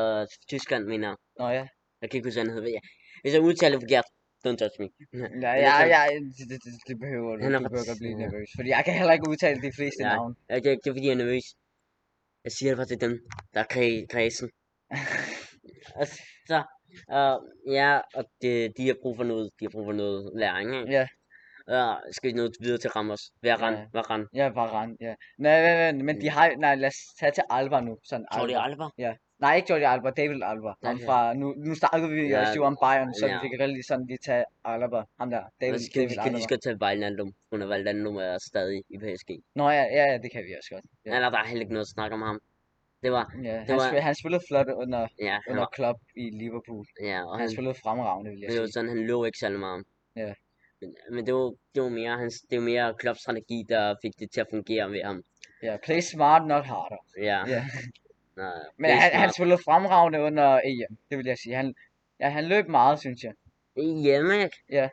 Tyskland, mener jeg. Nå ja, Jeg kan ikke huske, hvad han hedder. Jeg- Hvis jeg udtaler det forkert, Don't judge me. Ja, Men ja, jeg kan- ja, det, det, det- det behøver du. Han er Du behøver godt blive faktisk- nervøs. Fordi jeg kan heller ikke udtale de fleste Nej. navne. Ja, det, det er fordi, jeg er nervøs. Jeg siger det bare til dem, der er kre i *laughs* kredsen. og så, og, ja, og det, de har brug for noget, de har brug for noget læring, ikke? Ja. Og skal vi nå videre til Randers? Hvad er Rand? Ja. Hvad er Rand? Ja, bare rand, ja. Nej, nej, nej, men de har... Nej, lad os tage til Alba nu. Sådan Tror det Alba. Øh. Alba? Nej, ikke Jordi Alba, David Alba. Ham Okay. fra, nu, nu startede vi Ja, ja, også jo om Bayern, så ja. vi kan rigtig sådan lige tage Alaba. Ham der, David, David, skal, vi David kan lige så Alaba. godt tage Vejlandum, under Vejlandum er stadig i PSG. Nå ja, ja, ja, det kan vi også godt. Ja. Ja. Eller der er heller ikke noget at snakke om ham. Det var, Ja, han, var- spil, han spillede flot under, ja, han under var, Klopp i Liverpool. ja, og Han, han, spillede fremragende, vil Altså, jeg Men det var sige. sådan, han lå ikke særlig meget. Ja. Men, men det, var, det var mere hans, det var mere Klopps strategi, der fik det til at fungere ved ham. Ja, play smart, not harder. Ja. Ja. Nå, Men det er han, han smart. spillede fremragende under EM, det vil jeg sige. Han, ja, han løb meget, synes jeg. Hjemme, ikke? Ja.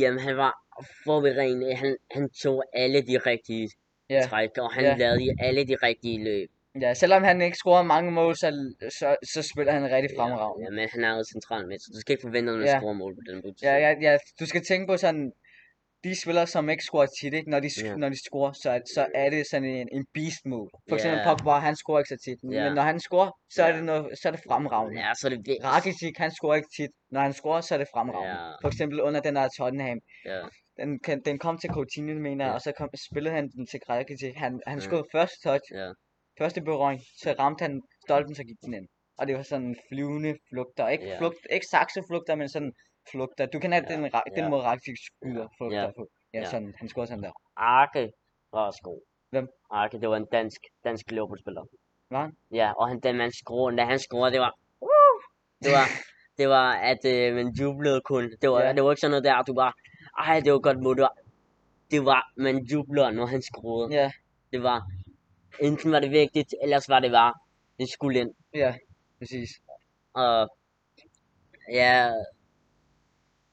Jamen, han var forberedende. Han, han tog alle de rigtige Ja. træk, og han Ja. lavede alle de rigtige løb. Ja, selvom han ikke scorede mange mål, så, så, så spiller han rigtig fremragende. Ja, men han er jo central med, så du skal ikke forvente, at han Ja. scorer mål på den position. Ja, ja, ja, du skal tænke på sådan, de spillere, som ikke scorer tit, ikke? Når, de, sk- Ja. når de scorer, så, er- så er det sådan en, en beast move. For eksempel Ja. Pogba, han scorer ikke så tit, Ja. men når han scorer, så er Ja. det, noget, så er det fremragende. Ja, så er det det. Rakitic, han scorer ikke tit. Når han scorer, så er det fremragende. Ja. For eksempel under den der Tottenham. Ja. Den, kan- den kom til Coutinho, mener jeg, Ja. og så kom, spillede han den til Rakitic. Han, han Ja. skød første touch, Ja. første berøring, så ramte han stolpen, så gik den ind. Og det var sådan en flyvende flugter. Ikke, Ja. yeah. flugt, ikke sakseflugter, men sådan flugter. Du kan have Ja, den, ra- ja. den måde Rakitic skyder flugter ja, på. Ja, ja. sådan. Han scorede sådan der. Arke var også god. Hvem? Arke, det var en dansk, dansk Liverpool-spiller. Var han? Ja, og han, da man scorede, da han scorede, det var... Uh! Det var, det var, at øh, man jublede kun. Det var, Ja. det var ikke sådan noget der, du bare... Ej, det var godt mod. Det var, det var man jubler, når han scorede. Ja, Det var... Enten var det vigtigt, ellers var det bare... Det skulle ind. præcis. Og... Ja...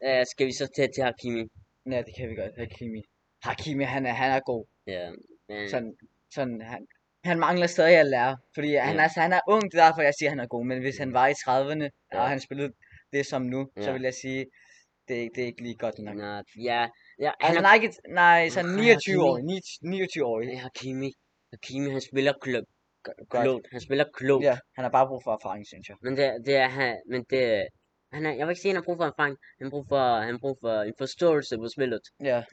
Øh, skal vi så tage til Hakimi? Ja, det kan vi godt. Hakimi. Hakimi, han er, han er god. Ja. Men, Sådan, sådan han, han mangler stadig at lære, fordi han, Ja. er, altså, han er ung, det er derfor, jeg siger, at han er god, men hvis han var i 30'erne, Ja. og han spillede det som nu, så Ja. vil jeg sige, det, er- det er ikke lige godt nok. Nå, ja, ja, han Altså, er Mm. nej, ikke, nej, sådan Nej, 29 år, Hakimi. 29 år, Ja, Hakimi. Hakimi, han spiller klog, godt. klogt. Han spiller klogt. Ja, han har bare brug for erfaring, synes jeg. Men det, det er han, men det, han er, jeg vil ikke sige, han har brug for erfaring. Han har brug for, han har brug for en forståelse på spillet. Ja,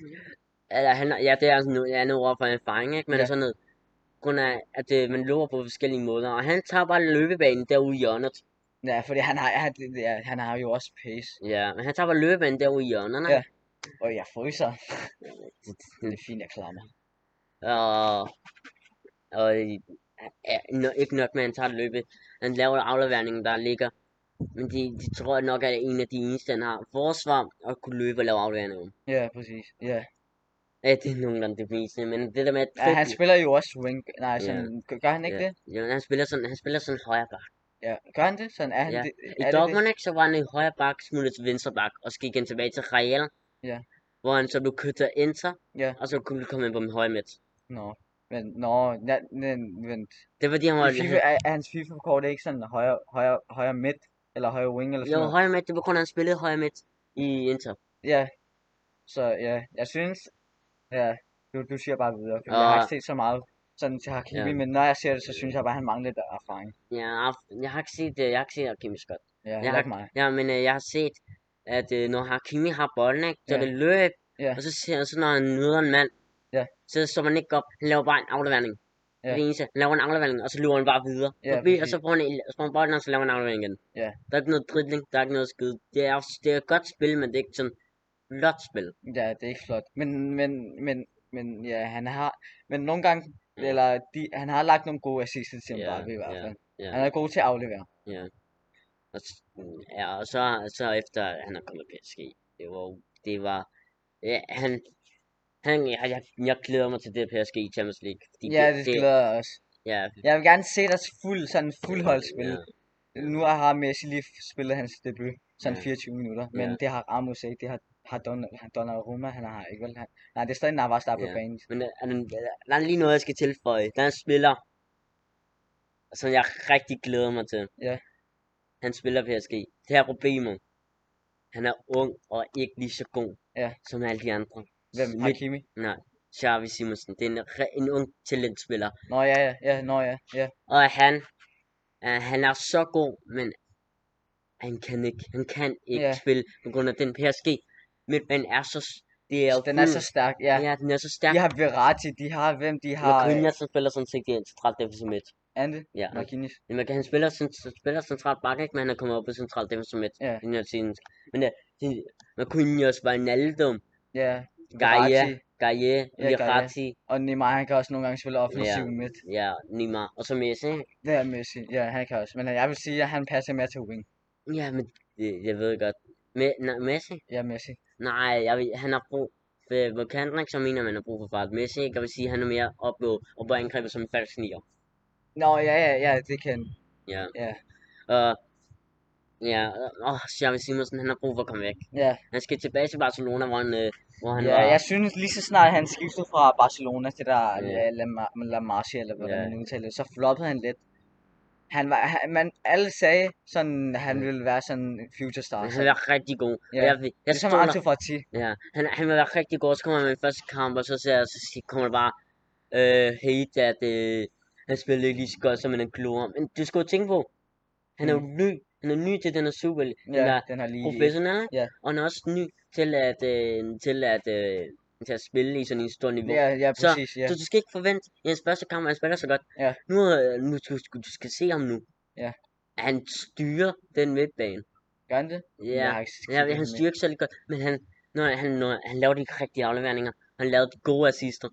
Eller han, er- ja, det er sådan noget, jeg er noget over for erfaring, ikke? Men Ja. ja. sådan noget, på grund af, at øh, man løber på forskellige måder. Og han tager bare løbebanen derude i hjørnet. ja fordi han har, han, det- ja, han har jo også pace, Ja, men han tager bare løbebanen derude i hjørnerne. Ja. og jeg fryser. Mm. Det er fint, jeg klarer mig. Og, og i- ja, no, ikke nok med, at han tager løbet. Han laver afleveringen, der ligger. Men de, de tror jeg nok, at en af de eneste, han har forsvar og kunne løbe og lave afleveringen. Ja, præcis. Ja. Ja, det er nogenlunde det meste, men det der med at ja han spiller jo også wing. Nej, Ja. sådan, gør- gør han ikke Ja. det? Jamen, han spiller sådan, han spiller sådan højre bak. Ja, gør han det? Sådan er han Ja. det? I er det det? Dortmund, ikke, så var han i højre bak, smuttet til venstre bak, og så gik han tilbage til Real. Ja. Hvor han så blev købt til Inter, Ja. og så kunne han komme ind på den højre midt. Nå, men, nå, ja, men, vent. Det var fordi, han var... I FIFA, er, er hans FIFA-kort ikke sådan højre, højre, højre midt, eller højre wing, eller jo, sådan noget? højre midt, det var kun, han spillede højre midt i Inter. Ja, så ja, jeg synes, ja, du, du siger bare videre, for jeg har ikke set så meget sådan til Hakimi, Ah. Ja. men når jeg ser det, så synes jeg bare, at han mangler lidt erfaring. Jeg har, jeg har ikke set, øh, jeg har ikke set Hakimi Scott. Ja, Jeg heller har, ikke mig. ja, men øh, jeg har set, at øh, når Hakimi har bolden, ikke, så er Ja. det løb, Ja. og så, ser, og så når han møder en mand, Ja. så står man ikke op, han laver bare en aflevering. Det er Ja. det eneste. Han laver en aflevering, og så løber han bare videre. Ja, forbi, og præcis. så får han, en- så får han bolden, og så laver han en aflevering igen. Ja. Der er ikke noget dribling, der er ikke noget skid. Det er, det er et godt spil, men det er ikke sådan flot spil. Ja, det er ikke flot. Men, men, men, men ja, han har, men nogle gange, Ja. eller de, han har lagt nogle gode assists til Mbappé i hvert ja, fald. ja. Han er god til at aflevere. Og, s- ja, og så, så efter at han er kommet i PSG, det var, jo- det var, ja, han, han, jeg, jeg, jeg glæder mig til det PSG i Champions League. Fordi Ja, det glæder jeg også. ja, Jeg vil gerne se deres fuld, sådan fuld holdspil. Ja, Nu har Messi lige spillet hans debut, sådan Ja. 24 minutter, men Ja. det har Ramos ikke, det har, har Don, har Donnarumma, han har ikke vel, han, nej, det er stadig Navas, der er på Ja. banen. men der, er den- der er lige noget, jeg skal tilføje. Der er en spiller, som jeg rigtig glæder mig til. Ja. Han spiller PSG. Det her problemer. han er ung og ikke lige så god Ja. som alle de andre. Hvem? Lidt- Hakimi? Nej, Xavi Simonsen. Det er en, re- en ung talentspiller. Nå ja, ja, ja, nå ja, ja. Og han, øh, han er så god, men han kan ikke, han kan ikke Ja. spille på grund af den PSG. Midtbanen er så... s- Det er jo Den er så fuld- stærk, ja. ja, den er så stærk. De har Verratti, de har hvem, de har... øh, Rafinha, som spiller sådan set i en central defensiv midt. Ande? Ja, Marquinhos. men man kan, han spiller, cent- spiller centralt bakke, ikke? Men han er kommet op på central defensiv midt. Ja. i den her tid. Men ja, de- Marquinhos, Wijnaldum, Ja, Gaia, Verratti. Gaia, Gaia. Verratti, Og Neymar, han kan også nogle gange spille offensiv yeah. midt. ja, Neymar, og så Messi. ikke? Det er Messi, ja, han kan også. Men jeg vil sige, at han passer mere til wing. Ja, men det- jeg ved godt. Me, nej, Messi? Ja, Messi. Nej, jeg ved, han har brug for, på kanten, ikke, så mener man, han har brug for fart. Messi, ikke? jeg vil sige, han er mere op på, op på angrebet som en falsk nier. Nå, ja, ja, ja, det kan Ja. Ja. Og, ja, åh, oh, Xavi Simonsen, han har brug for at komme væk. Ja, Han skal tilbage til Barcelona, hvor han, øh, hvor han ja var. jeg synes lige så snart han skiftede fra Barcelona til der Ja. La, La, Ma- La Masia, eller hvordan Ja. man udtaler det, så floppede han lidt. Han var, han, man, alle sagde sådan, han Ja. ville være sådan en future star. Men Så. han var rigtig god. Ja. Ja. Jeg, jeg, jeg Ligesom stoler. Ansu Fati. Ja, han, han var rigtig god. Så kommer han med i første kamp, og så, ser, jeg- så sig- kommer der bare øh, hate, at øh, han spillede ikke lige så godt, som han gjorde. Men du skal jo tænke på, han er jo ny. Han er ny til den her Super League. Mm. Ja, Han er den har lige... professionel, ikke? Ja. og han er også ny til at, øh, til at, øh, til at spille i sådan en stor niveau. Ja, ja, Så, præcis, ja. Så du skal ikke forvente i hans første kamp, at han spiller så godt. Ja. Nu, øh, nu du, du, du skal se ham nu. Ja. Han styrer den midtbane. Gør han det? Ja. Jeg har ikke Ja, kigget han med. styrer ikke særlig godt, men han, når han, når han laver de rigtige afleveringer. Han lavede de gode assister.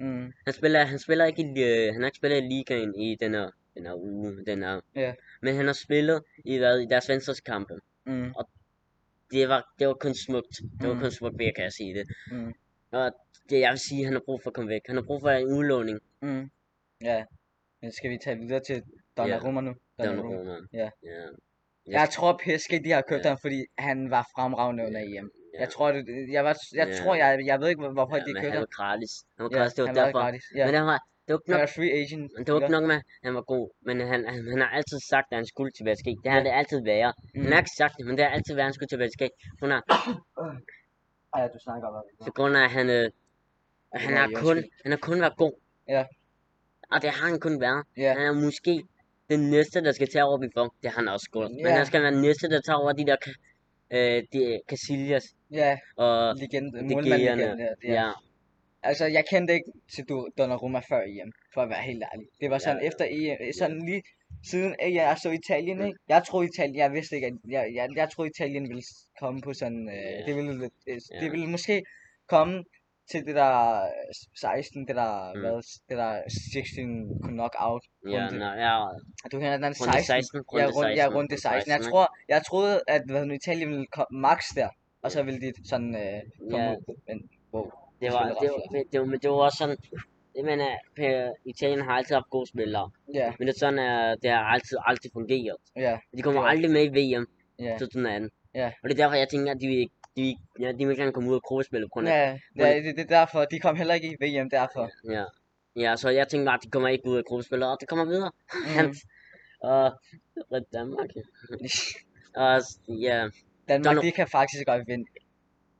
Mm. Han spiller, han spiller ikke i, øh, han har ikke spillet i ligaen i den her, den her uge, den her. Ja. Men han har spillet i, hvad, i deres venstreskampe. Mm. Det var, det var kun smukt. Det var Mm. kun smukt, ved, kan jeg sige det. Mm. Og det, jeg vil sige, han har brug for at komme væk. Han har brug for en udlåning. Mm. Ja. Men skal vi tage videre til Donnarumma nu? Donnarumma. Donnarumma. Ja. ja. Jeg tror PSG de har købt Ja. ham, fordi han var fremragende under EM. Ja. Jeg tror, det, jeg, var, jeg Ja. tror, jeg, jeg ved ikke, hvor- hvorfor ja, de men købte han ham. var gratis. Han var Ja, gratis, det var han var derfor. gratis. Ja. Men han var, det var ikke Han nok er free agent. Men det var ikke spiller. nok med, at han var god, men han, han, han har altid sagt, at han skulle til PSG. Det har Ja. det altid været. Han har Mm. ikke sagt det, men det har altid været, at han skulle til PSG. På grund af, Ej, ja, du snakker om på det. grund af at han, øh, han, Ja, har ja, kun, undskyld. han har kun været god. Ja. Og det har han kun været. Ja. Han er måske den næste, der skal tage over Buffon. Det har han også gjort. Men Ja. han skal være den næste, der tager over de der Ca- øh, de, Casillas Ja, og legende. De Målmand Gea'erne. legende. Ja. ja, Altså, jeg kendte ikke til Du- Donnarumma før EM, for at være helt ærlig. Det var sådan Ja. efter EM, sådan lige siden at jeg så Italien, Mm. ikke? Jeg troede Italien, jeg vidste ikke, at jeg, jeg, jeg troede Italien ville s- komme på sådan, øh, Ja. det ville, lidt- øh, Ja. det ville måske komme til det der øh, 16, det der, Mm. hvad, det der 16 knockout. ja, Runde. nå, ja, Du kender den runde 16. 16, Ja, runde rundt, ja, 16, rundt det 16. Jeg ikke? tror, jeg troede, at hvad, nu, Italien ville komme max der, og så ville de sådan øh, komme Ja. ud. Men, wow. Det Det var, spiller det, ret var, det, det, var, men det var også sådan, det man er, per- Italien har altid haft gode spillere, Ja, men det er sådan, at det har altid, altid fungeret. ja, De kommer Det er- aldrig med i VM ja. 2018. Ja. Og det er derfor, jeg tænker, at de, vil- de, vil- ja, de vil ikke engang komme ud af gruppespillet på grund af. Ja, grund af- ja det, det er derfor. De kom heller ikke i VM derfor. Ja. ja. så jeg tænkte bare, at de kommer ikke ud af gruppespillet, og det kommer videre. Mm. Mm. og Red Danmark. *laughs* ja. og s- ja, Danmark, Donald- de kan faktisk godt vinde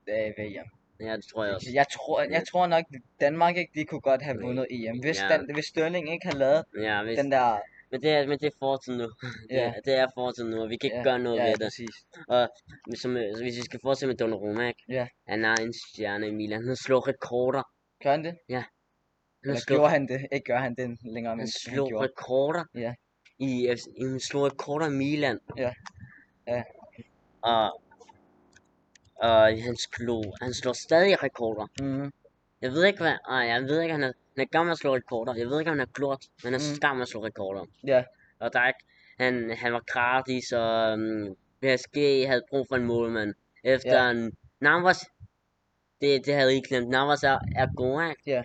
øh, VM. ja, det tror jeg også. Så Jeg tror, jeg tror nok, Danmark ikke, de kunne godt have vundet EM. Hvis, Mm. Ja. Dan, hvis Sterling ikke havde lavet Ja, hvis, den der... men, det er, men det er fortid nu. Det, Ja. er- det er fortid nu, og vi kan ikke Ja, gøre noget Ja, ved det. præcis. Men som, øh, så hvis vi skal fortsætte med Donnarumma, ikke? Ja. Han er en stjerne i Milan. Han slår rekorder. Gør han det? Han Eller slår, gjorde han det? Ikke gør han det længere, men han han, slår gjorde. rekorder. Ja. I, FC han slår rekorder i Milan. Ja. Ja. Og, og Ah, han slog, han slår stadig rekorder. Mm. Jeg ved ikke hvad, og jeg ved ikke, han er, han er gammel at slå rekorder. Jeg ved ikke, om han er glort, men han er Mm. mm. skam at slå rekorder. Ja. Og der er ikke, han, han var gratis, og um, PSG havde brug for en målmand. Efter Ja. ja. en, Navas, det, det havde jeg ikke glemt. Navas er, er god, ikke? Ja.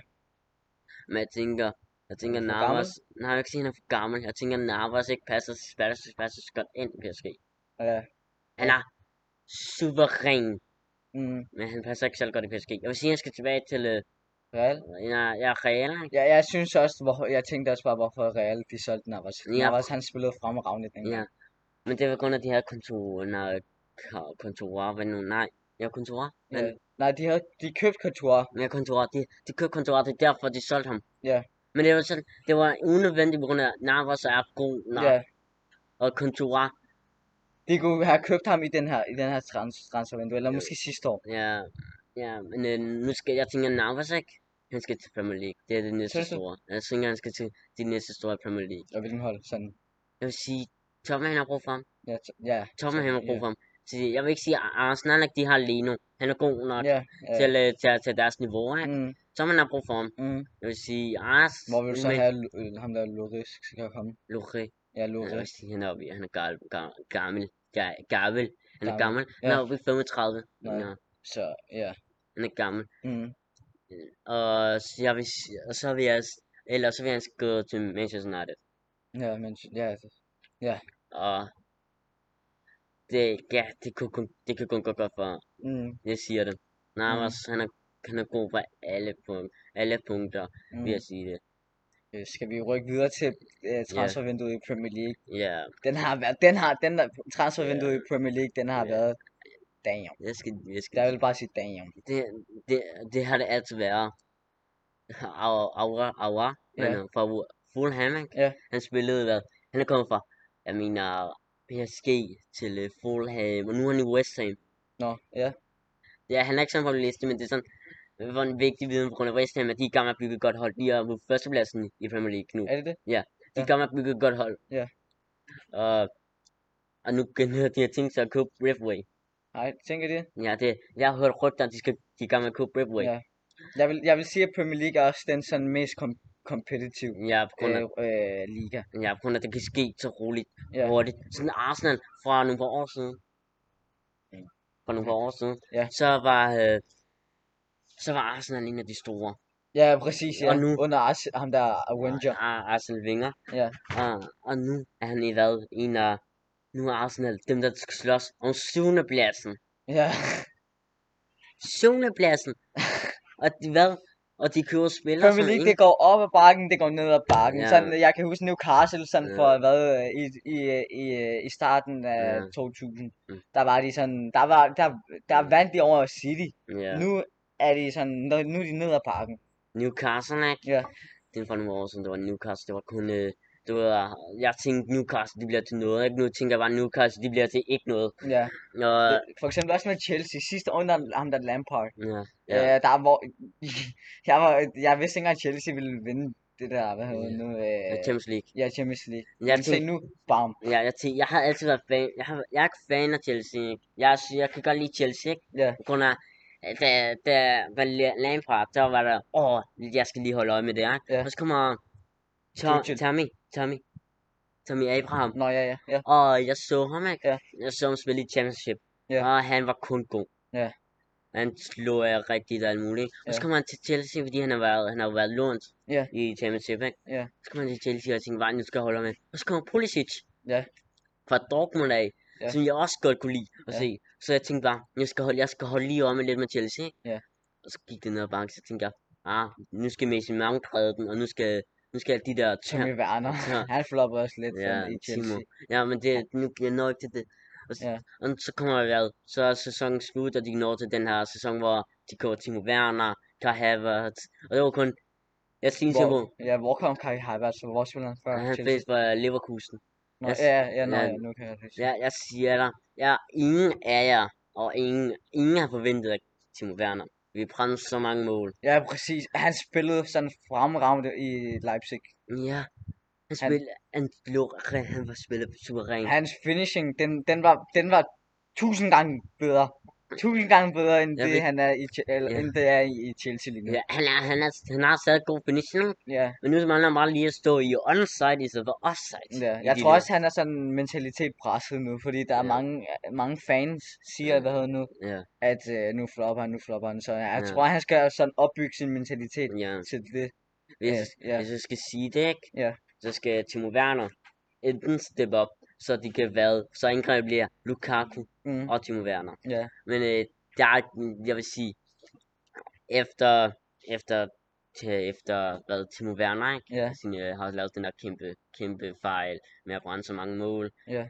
Men jeg tænker, jeg tænker Han er for gammel? Navas, nej, jeg vil ikke sige, han er for gammel. Jeg tænker, Navas ikke passer, passer, passer så godt ind i PSG. Ja. Han er suveræn, Mm. men han passer ikke særlig godt i PSG. Jeg vil sige, at han skal tilbage til, øh, Real? jeg, jeg er real, ikke? Ja, jeg synes også, hvor, jeg tænkte også bare, hvorfor Real de solgte Navas. Ja. Navas, han spillede fremragende dengang. Ja, men det var grund af de her kontor, når Ka- Kontora, hvad nu? Nej, ja, Kontora. Men, Ja. Nej, de har de købt Couture. men ja, Kontora, de, de købte Kontora, det er derfor, de solgte ham. Ja. Men det var sådan, det var unødvendigt på grund af, Navas er god nok, Ja, og Kontora, de kunne have købt ham i den her, i den her trans, transfervindue, eller måske sidste år. ja, ja, men øh, nu skal jeg tænke, Navas ikke? Han skal til Premier League. Det er det næste Synes du? store. Jeg tænker, han skal til det næste store i Premier League. Og hvilken hold? Sådan, Jeg vil sige, Tottenham har brug for ham. ja, t- ja, Tottenham har ja. brug for ham. Så jeg vil ikke sige, at Arsenal ikke de har lige nu. Han er god nok ja, til, ja. øh, til, til deres niveau. Mm. Mm, Tottenham har brug for ham. mm. Jeg vil sige, Ars, Hvor vil du så men have Lu- øh, ham der Loris skal komme? Loré. Ja, Jeg vil Loris. sige, han er oppe i, han er gal, gal, gammel. Ga- Gavel. Han Gammel. er gammel. Han Ja. er oppe i 35. Nej. Nå, Så, ja. han er gammel. Mm. Og så, jeg vil, s- og så vil jeg, s- eller så vil han gå til Manchester United. Ja, men, ja, det- Og det, ja, det kunne, kun, det kunne kun gå godt for ham. mm, Jeg siger det. Navas, mm. han, er, han er god på alle, punk- alle punkter, mm. vil mm. jeg sige det. Øh, Skal vi rykke videre til øh, transfervinduet i Premier League? Ja, Den har været, den har, den der transfervindue i Premier League, den har Ja. været, damn. jeg skal, jeg skal, Der vil bare sige damn. det, det, det har det altid været. Aura, Aura, Aura, Ja. yeah. fra Wu- Fulham, ikke? Ja. Han spillede hvad? Han er kommet fra, jeg mener, PSG til øh, Fulham, og nu er han i West Ham. Nå, ja. Ja, han er ikke sådan på min liste, men det er sådan, øh, hvor en vigtig viden på grund af West Ham, at de er i gang med at bygge et godt hold. De er på førstepladsen i Premier League nu. Er det det? De Ja. kommer og bygger et godt hold. Ja. Og, og nu kan jeg- de har tænkt sig at købe Riftway. Nej, tænker det? Ja, det, jeg har hørt rygter, at de, skal, de er i gang med at købe Riftway. Ja. Jeg vil, jeg vil sige, at Premier League er også den sådan mest kom- kompetitive Ja, på grund af, øh, øh, liga. ja, på grund af, at det kan ske så roligt, Ja. hurtigt. Sådan Arsenal fra nogle par år siden. Mm. For nogle par år siden. Ja. Så var, øh, så var Arsenal en af de store. Ja, præcis. Ja. Og nu- Under Ars- ham der Wenger. Ar- Ar- Arsenal Wenger. Ja. Og, og nu er han i hvad? En af, nu er Arsenal dem, der skal slås om syvende pladsen. Ja. syvende *laughs* pladsen. og de, hvad? Og de køber spillere Premier som League, ingen- det går op ad bakken, det går ned ad bakken. Ja. Sådan, jeg kan huske Newcastle sådan Ja. for hvad, øh, i, i, øh, i, øh, i starten af Ja. 2000. Mm. Der var de sådan, der, var, der, der Ja. vandt de over City. Ja. Nu er de sådan, nu- nu er de ned ad bakken. Newcastle, ikke? Ja. Det er fra nogle år siden, det var Newcastle. Det var kun... Øh, det var, jeg tænkte, Newcastle, de bliver til noget, ikke? Nu tænker jeg bare, Newcastle, de bliver til ikke noget. Ja. Og, Øh, For eksempel også med Chelsea. Sidste år under ham der Lampard. ja, Ja. ja, Øh, der hvor *laughs* jeg var jeg vidste ikke engang at Chelsea ville vinde det der, hvad hedder Ja. det nu? Øh, ja, Champions League. ja, Champions League. Jeg, Men se tænkte, nu, bam. ja, jeg, tænkte, jeg har altid været fan. Jeg, har, jeg er ikke fan af Chelsea, ikke? Jeg, er- jeg kan godt lide Chelsea, ikke? Ja. På grund af, at da, da var La- Lampard, der var der, åh, jeg skal lige holde øje med det, ikke? Ja. Og så kommer Tom, Tuchel. Tommy, Tommy, Tommy Abraham. Nå ja, ja, ja. Og jeg så ham, ikke? Ja. Jeg så ham spille i Championship. Ja. Og han var kun god. Ja. Han slog jeg rigtigt og alt muligt. ikke? Og så Ja. kom han til Chelsea, fordi han har været, han har jo været lånt Ja. i Championship, ikke? Ja. Så kom han til Chelsea og tænkte, "Vej, nu skal jeg holde med. Og så kommer Pulisic. Ja. Fra Dortmund af. Ja. Som jeg også godt kunne lide at Ja. se. Så jeg tænkte bare, jeg skal holde, jeg skal holde lige om med lidt med Chelsea, ikke? Ja. Og så gik det ned ad bakken, så tænkte jeg, ah, nu skal Mason Mount redde den, og nu skal, nu skal alle de der tør, Tommy Werner. tør, Han floppede også lidt Ja, sådan i Timo. Chelsea. Ja, men det, nu, jeg når ikke til det. Og, s- Ja. og så kommer jeg ud, så er sæsonen slut, og de når til den her sæson, hvor de køber Timo Werner, Kai Havertz, og det var kun, jeg synes, jeg Hvor, var, ja, hvor kom Kai Havertz? Hvor spillede han før han Chelsea? spillede for Leverkusen. Nå, jeg- ja, ja, nå, ja. ja, nu kan jeg det. Ja, jeg siger dig, ja, ingen af jer, og ingen, ingen har forventet, at Timo Werner vi brændte så mange mål. Ja, præcis. Han spillede sådan fremragende i Leipzig. Ja, han Han- spillede, han, blev, re- han var spillet suveræn. Hans finishing, den, den, var, den var tusind gange bedre. Tusind gange bedre, end Jeg det, ved- han er i, Che- eller, Ja. end det er i, i Chelsea lige nu. Ja, han, er, han, er, han har stadig god finishing, Ja, Men nu mangler han bare lige at stå i onside i stedet for offside. ja. i Jeg de tror der- også, han er sådan mentalitet presset nu, fordi der er Ja. mange, mange fans, siger, Ja. hvad hedder det nu, Ja, at øh, nu flopper han, nu flopper han. Så jeg Ja. tror, han skal sådan opbygge sin mentalitet ja. til det. Hvis, Ja, ja. hvis jeg skal sige det, ikke? Ja. Så skal Timo Werner enten steppe op, så de kan være, så angrebet bliver Lukaku Mm. og Timo Werner. Ja. Men øh, der er, mm, jeg vil sige, efter, efter, til, efter hvad, Timo Werner, ikke? Ja. Sin, øh, har lavet den der kæmpe, kæmpe fejl med at brænde så mange mål. Ja.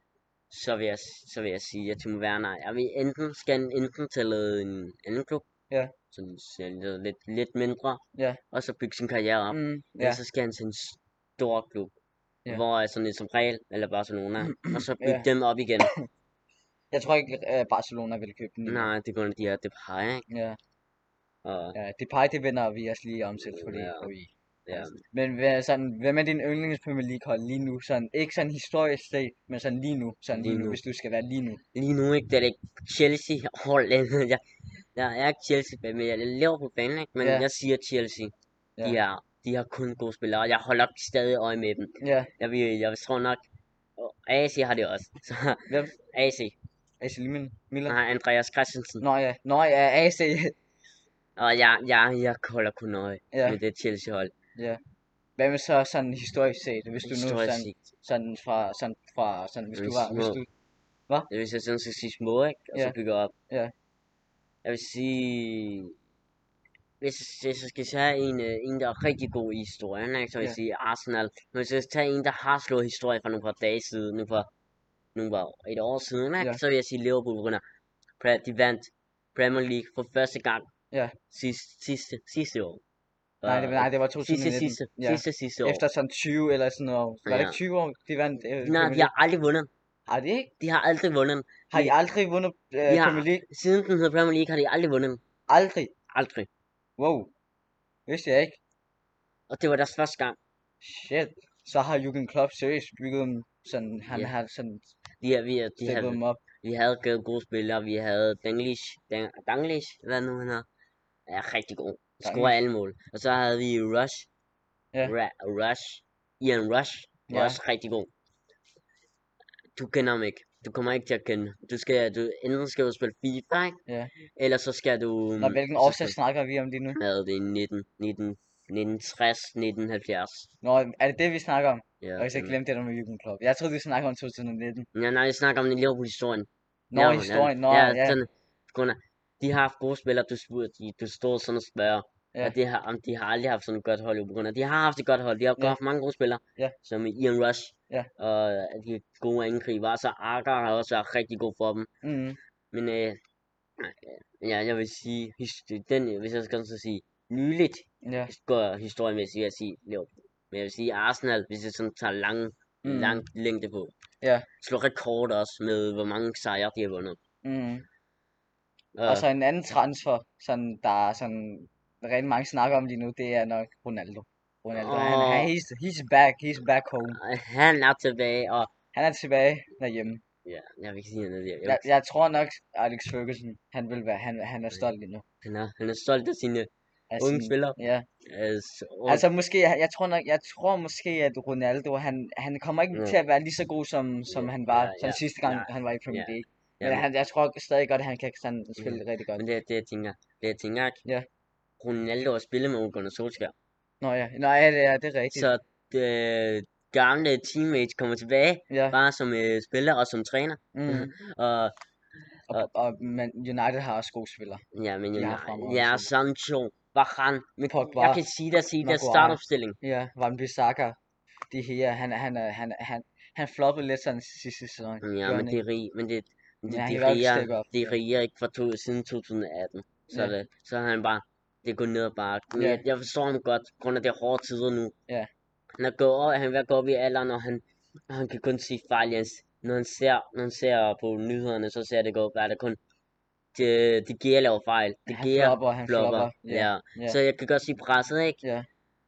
så vil jeg, så vil jeg sige, at Timo Werner, jeg vil enten, skal han enten til en anden klub, Ja. som ser lidt, lidt mindre, Ja. og så bygge sin karriere op. Mm, Ja. ja, Ellers så skal han til en stor klub, Ja. hvor er sådan lidt som regel, eller *clears throat* Barcelona, og så bygge Ja. dem op *clears throat* igen. jeg tror ikke, at Barcelona vil købe den. lige nu. Nej, det går de her Depay, ikke? Ja, Og ja Depay, det vender vi også lige om til, fordi Ja. vi... ja, Men hvad, sådan, hvem er din yndlings Premier League hold lige nu? Sådan, ikke sådan historisk set, men sådan lige nu. Sådan lige, Lige nu, nu. hvis du skal være lige nu. lige nu, ikke, det er det ikke Chelsea, hold jeg, jeg, jeg er ikke Chelsea, men jeg lever på banen, ikke? Men Ja. jeg siger Chelsea, de, Ja. er, de har kun gode spillere, og jeg holder stadig øje med dem. Ja, Jeg, vil, jeg tror nok, og AC har det også. Så, hvem? AC, AC Milan? Milan? nej, Andreas Christensen. Nå ja, nå ja, AC. Og jeg, jeg, jeg holder kun øje ja. med det Chelsea-hold. Hvad med så sådan historisk set, hvis du nu Historisk sådan, set. sådan fra, sådan fra, sådan, hvis du Hvis var, hvis små. du, Det vil jeg sådan skal sige små, ikke? Og så Ja. bygge op. Ja. Jeg vil sige... Hvis, hvis jeg skal tage en, øh, en, der er rigtig god i historien, ikke? så vil jeg Ja. sige Arsenal. Men hvis jeg skal tage en, der har slået historie for nogle par dage siden, nu for, nu for et år siden, ikke? Ja. så vil jeg sige Liverpool vinder. Pre- De vandt Premier League for første gang Ja. sidste, sidste, sidste år. nej, det, Og- nej, det var sidste, 2019. sidste, ja. sidste, sidste år. Efter sådan 20 eller sådan noget. Var det Ja. ikke 20 år, de vandt? Øh, Nej, Premier de har aldrig vundet. League? Har de ikke? De har aldrig vundet. Har de De- aldrig vundet øh, har- Premier League? Siden den hedder Premier League har de aldrig vundet. Aldrig. Aldrig. Wow. Vidste jeg ikke. Og det var deres første gang. Shit. Så har Jürgen Klopp seriøst bygget dem sådan, han Ja. har sådan De her, vi, har- de steppet her, dem op. vi havde gode, gode spillere. Vi havde Danglish, Dan, Danglish, hvad nu han er. Er rigtig god. Scorer Dalglish. alle mål. Og så havde vi Rush. Ja. Ra- Rush. Ian Rush. Var Ja. også rigtig god. Du kender ham ikke. Du kommer ikke til at kende. Du skal, du, enten skal du spille FIFA, ikke? Ja. Eller så skal du... Nå, hvilken så årsag skal- snakker vi om lige nu? Hvad er det? 19, 19, 1960, 1970. Nå, er det det, vi snakker om? Ja, Og jeg så mm. glemte det der med Jürgen Klopp. Jeg troede, vi snakker om 2019. Ja, nej, jeg snakker om den Liverpool-historien. Nå, Liverpool, historien. Nå, ja, ja. Sådan, på grund af, de har haft gode spillere, du, spurgte, de, du stod sådan og spørger. Ja. Ja. Og de har, om de har aldrig haft sådan et godt hold, jo, på grund af, de har haft et godt hold. De har Ja. ja. haft mange gode spillere, Ja. som Ian Rush. Ja. Og at de er gode angriber, og så Akker har også været rigtig god for dem. Mm. Men øh, ja, jeg vil sige, his- den, hvis jeg skal så sige, nyligt Ja. går historiemæssigt, vil jeg sige, Liverpool. Men jeg vil sige, Arsenal, hvis jeg sådan tager lang, Mm. mm. lang længde på, Ja. slår rekord også med, hvor mange sejre de har vundet. Mm. Og, Og så en anden transfer, sådan, der er sådan, rigtig mange snakker om lige nu, det er nok Ronaldo. Ronaldo, oh. han, han, Åh. he's, he's back, he's back home. han er tilbage, og Han er tilbage derhjemme. ja, jeg vil ikke sige noget der. Jeg, Jeg, vil- jeg tror nok, Alex Ferguson, han vil være, han, han er stolt lige nu. han, er, han er stolt af sine af unge sin- spillere. Ja, Altså, og, altså måske, jeg jeg tror nok, jeg tror måske, at Ronaldo, han, han kommer ikke Ja. til at være lige så god, som, som Ja, han var, ja, som ja, sidste gang, ja, han var i Premier ja. League. ja, Mhm. Men han, jeg tror stadig godt, at han kan sådan spille rigtig godt. men det er det, jeg tænker. Det jeg tænker, ikke? Ja. Ronaldo har spillet med Ole Gunnar Solskjaer. Nå ja, Nå, ja det, er, det er rigtigt. Så det gamle teammates kommer tilbage, *laughs* Ja. bare som øh, spiller og som træner. Mm. Og Og, og men United har også gode spillere. ja, men Ja, jeg, fremover, jeg er så- Sancho, Varane, men Pogba, jeg kan sige dig, sige dig Maguire. startopstilling. ja, Van Bissaka, de her, han, han, er- han, han, han floppede lidt sådan sidste sæson. Ja, Gjorde men han det er rig, men det, men det, Men han det kan godt riger, steppe op, det ja. riger ikke fra to, siden 2018. Så, Ja. ja. det, så er han bare, det går ned og bare. Men Ja. jeg, jeg forstår ham godt, på grund af det er hårde tider nu. Ja. Han er gået over, han er ved at gå op i alderen, og han, og han kan kun se fejl, i hans- når han ser, når han ser på nyhederne, så ser det godt, bare det kun, det, det gear laver fejl, det Han gear flopper, han flopper, flopper. Ja. ja. ja. Så jeg kan godt se presset, ikke? Ja.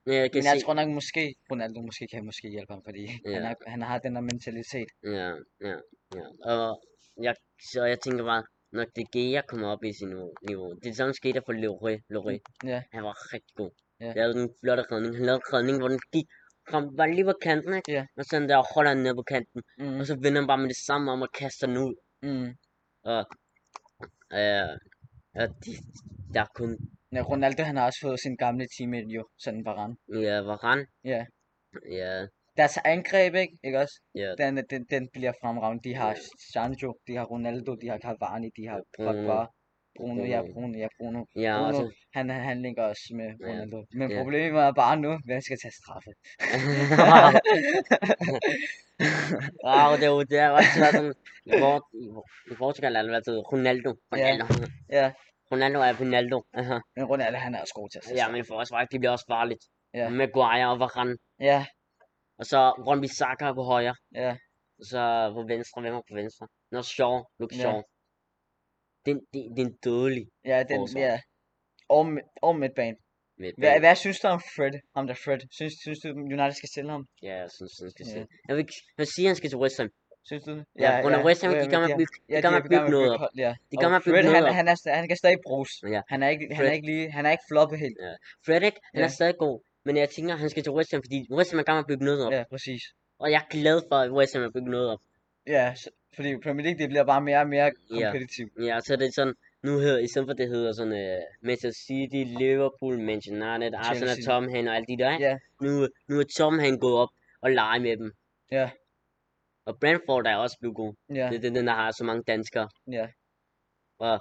Men jeg kan Men jeg se, tror nok måske, Ronaldo måske kan måske hjælpe ham, fordi han, Ja. har, han har den der mentalitet. Ja, ja, ja. Og jeg, så jeg tænker bare, når De Gea kommer op i sin niveau, niveau. Det samme skete der for Loré. Loré. Ja. Han var rigtig god. Ja. Lavede den flotte redning. Han lavede en redning, hvor den gik kom, var lige på kanten, ikke? Ja. Og sådan der holder han ned på kanten. Mm. Og så vender han bare med det samme om og kaster den ud. Mm. Øh, og de, der er kun Ja, Ronaldo han har også fået sin gamle teammate jo, sådan Varane. ja, Varane. Ja. Ja, Deres angreb, ikke, ikke også? ja. Den, den, den bliver fremragende. De har Sancho, de har Ronaldo, de har Cavani, de har Bruno. Pogba, Bruno, ja, Bruno. Bruno, ja, Bruno. Ja, og Bruno, så... han, han linker også med Ja, Ronaldo. Men ja. problemet er bare nu, hvem skal tage straffe? *laughs* Wow, Ah, det er jo det er også været sådan... I, Port i, I Portugal har det været sådan, Ronaldo. Ronaldo. Ja. Ronaldo er Ronaldo. *laughs* Aha. Men Ronaldo, han er også god til at tage Ja, straffe. men for os faktisk, det bliver også farligt. Ja. Maguire og Varane. Ja, Og så Ron Bissaka på højre. ja. Og så på venstre, hvem er på venstre? Nå, Shaw. Luke Ja. Shaw. Den, den, den dødelige Ja, den, Forsvar. ja. Og, mid- og midtbanen. Hvad, midtbane. hvad synes du om Fred? Ham der Fred. Synes, synes du, United skal stille ham? Ja, jeg synes, han skal Ja. se. Jeg vil, ikke- jeg vil sige, at han skal til West Ham. Synes du det? Ja, under West Ham, ja, de men gør man bygge, ja, de gør er man i gang bygge med at noget bygge op. hold, Ja. De gør Og man Fred, bygge noget han, op. han, er, sta- han kan stadig bruges. Ja. Han er ikke, han er Fred- ikke lige, han er ikke floppet helt. Fredrik, han Ja. er stadig god. Men jeg tænker, han skal til West Ham, fordi West Ham er gammel at bygge noget op. Ja, præcis. Og jeg er glad for, at West Ham er bygget noget op. Ja, så, fordi Premier League, det bliver bare mere og mere kompetitivt. Ja, så er det sådan, nu hedder, i stedet for det hedder sådan uh, Manchester City, Liverpool, Manchester United, Arsenal, Chelsea. Tottenham og alle de der, ikke? Ja. Nu, nu er Tottenham gået op og leger med dem. Ja. Og Brentford er også blevet god. Ja. Det er den, der har så mange danskere. Ja. Og,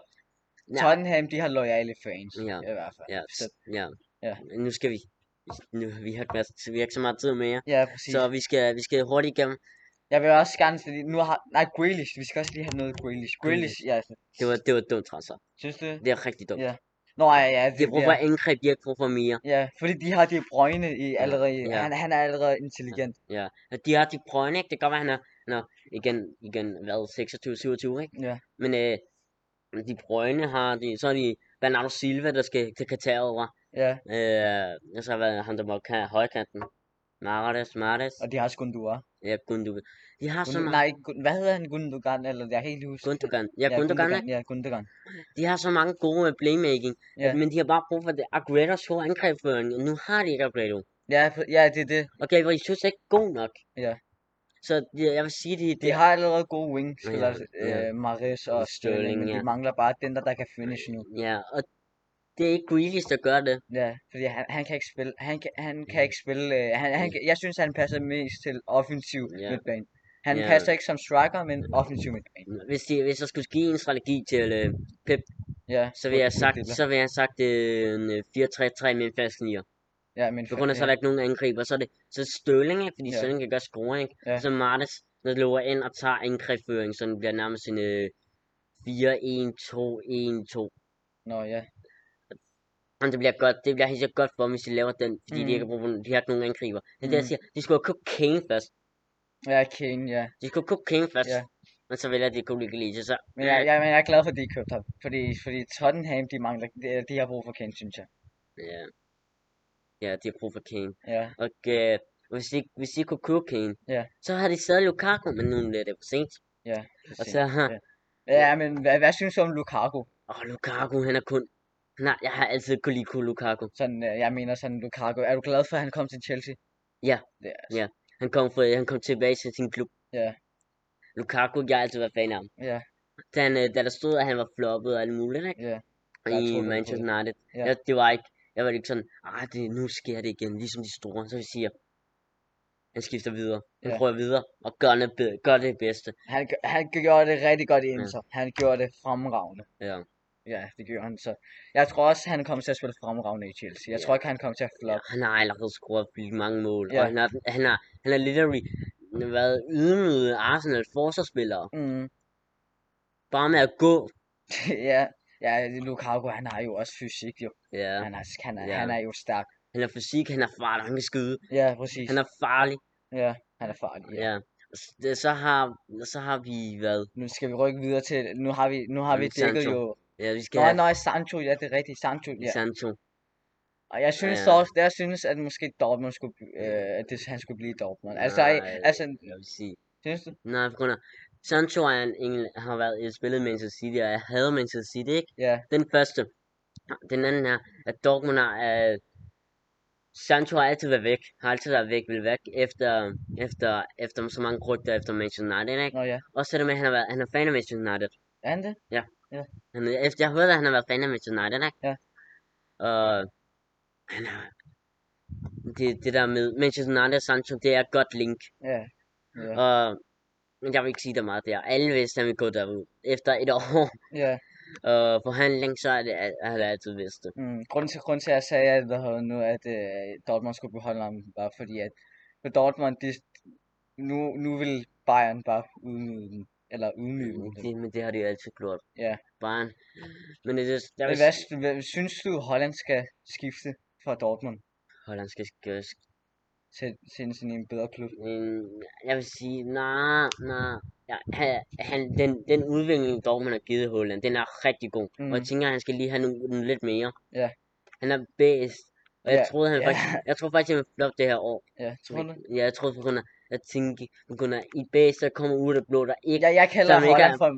nej, Tottenham, de har loyale fans. Ja. I hvert fald. ja, Så, ja. Ja. Nu skal vi, nu, vi, har, ikke mere- vi har ikke så meget tid mere. ja, præcis. Så vi skal, vi skal hurtigt igennem. Jeg vil også gerne, fordi nu har... Nej, Grealish. Vi skal også lige have noget Grealish. Grealish, ja. Det var, det var dumt, Rasser. Synes du det? Det er rigtig dumt. Ja. Nå, ja, ja. Vi har brug for angreb, vi har ikke brug for mere. Ja, fordi de har de brøgne i allerede. ja. Han, han er allerede intelligent. Ja. Og de har de prøvende, ikke? Det kan godt være, han er, han er igen, igen, hvad, 26-27, ikke? Ja. Men øh, de brøgne har de, så er de Bernardo Silva, der skal til Katar over. Ja, Øh, og så har været ham, der må kan højkanten. Marades, Marades. og de har også Gundogan. Ja, Gundogan. De har så Gun, meget. nej, ikke Gun, hvad hedder han? Gundogan, eller jeg kan ikke lige huske. Gundogan. Ja, Gundogan, ikke? Ja, Gundogan. De har så mange gode øh, playmaking. Ja. At, men de har bare brug for det. Aguero's hårde angrebføring. og Nu har de ikke Aguero. Ja, pr- ja, det er det. Og Gabriel Jesus er ikke god nok. Ja. Så jeg, jeg vil sige, de, De har allerede gode wing, spiller ja. øh, Maris og Sterling, Sterling, men de ja. mangler bare den der, der kan finish nu. Ja, og det er ikke Grealish, der gør det. Ja, fordi han, han kan ikke spille, han kan, han kan ikke spille, øh, han, han, kan- jeg synes, han passer mest til offensiv Ja. midtbane. Han Ja. passer ikke som striker, men offensiv midtbane. Hvis, de, hvis jeg skulle give en strategi til øh, Pep, Ja, så ville jeg have sagt, Stiller. så ville jeg have sagt øh, en øh, 4-3-3 med en fast nier. ja, men På grund af, så er ja, der ikke nogen angriber, så er det så er det Sterling, ikke? fordi Ja. Sterling kan gøre score, ikke? Ja. Så Martes, når det løber ind og tager angrebføring, så den bliver nærmest en øh, 4-1-2-1-2. Nå, ja. Og det bliver godt, det bliver helt sikkert godt for dem, hvis de laver den, fordi mm. de Mm. ikke har brug for, de har ikke nogen angriber. Det er det, jeg Mm. siger, de skulle have købt Kane først. Ja, Kane, ja. De skulle have købt Kane først. Ja. Men så vælger de Kulik Elise, så... Men jeg, jeg, men jeg er glad for, at de købte ham. Fordi, fordi Tottenham, de mangler, de, de har brug for Kane, synes jeg. Ja. Ja, de har brug for Kane. Ja, Og øh, hvis, de, hvis de kunne købe Kane, Ja. så har de stadig Lukaku, men nu bliver det for sent. Og præcis. så har... Ja. Ja, men hvad, hvad synes du om Lukaku? Åh, Lukaku, han er kun... Nej, jeg har altid kunne lide kun Lukaku. Sådan, øh, jeg mener sådan Lukaku. Er du glad for, at han kom til Chelsea? Ja. Ja, Han kom, fra, han kom tilbage til sin klub. Ja. Lukaku, jeg har altid været fan af ham. ja, Da, han, øh, da der stod, at han var floppet og alt muligt, ikke? ja. Jeg I troede på Manchester United. Ja. Jeg, det var ikke... Jeg var ikke sådan, ah, det, nu sker det igen, ligesom de store. Så vi siger, han skifter videre. Han Ja. prøver videre og gør, noget, be- gør det bedste. Han, gø- han gjorde det rigtig godt i Inter. Han gjorde det fremragende. Mm. Ja. Ja, det gjorde han så. Jeg tror også, han kom til at spille fremragende i Chelsea. Jeg Ja. tror ikke, han kom til at Ja, floppe. han har allerede scoret vildt mange mål, Ja. og han har, han har, han har literally været ydmyget af Arsenal forsvarsspillere. Mm. *laughs* Bare med at gå. ja. ja, Lukaku, han har jo også fysik, jo. Ja. Han er, han er, Ja. han er jo stærk. Han har fysik, han har fart, og han kan skyde. Ja, præcis. Han er farlig. Ja, han er farlig. Ja. Ja. Og s- det- Så har, så har vi været... Nu skal vi rykke videre til, nu har vi, nu har vi Jamen, dækket Sancho. jo. Ja, vi skal Nå, have nej, Sancho, ja, det er rigtigt, Sancho, ja. Sancho. Og jeg synes Ja. ja. også, jeg synes, at måske Dortmund skulle, bl- øh, at det, han skulle blive i Dortmund. Altså, Nej, Nej. altså, Jeg vil sige. synes du? Nej, på grund af... Sancho er en engel, har været spillet i Manchester City, og jeg hader Manchester City, ikke? Ja, Den første. Den anden er, at Dortmund har... Øh, Sancho har altid været væk. Har altid været væk, vil væk, efter, efter, efter så mange rygter efter Manchester United, ikke? nå ja. Også det med, at han har været, han er fan af Manchester United. Er han det? Han, er- efter jeg hørte, at han har været fan af Manchester United, ikke? Ja. Og han er... Det, det der med Manchester United og Sancho, det er et godt link. Ja. Ja. Og men jeg vil ikke sige der meget der. Alle vidste, at han ville gå derud. Efter et *laughs* år. Ja, øh, forhandling, så er det, al- har jeg altid vidst det. Mm. Grunden til, grunden til, at jeg sagde, at, hvad hedder det nu, at øh, Dortmund skulle beholde ham, var fordi, at med Dortmund, de, nu, nu vil Bayern bare udnyde den. Eller udnyde Men den. Det, men det har de jo altid gjort. Mm, Ja. Bare Men det er der Men vil hvad, hvad, synes du, Holland skal skifte fra Dortmund Holland skal gøres. til, til sådan en bedre klub? Øhm, jeg vil sige, nej, nej. Ja, han, han, den, den udvikling, dog man har givet Holland, den er rigtig god. Mm. Og jeg Mm. tænker, at han skal lige have nogle, nogle lidt mere. Ja. Han er bedst. Og jeg Ja, troede, han ja. faktisk, jeg troede faktisk, han ville floppe det her år. Ja, tror du? Ja, jeg troede på grund af, jeg tænkte, på grund af, i bedst, der kommer ud af det blå, der ikke Jeg, jeg kalder Som ikke Holland er- for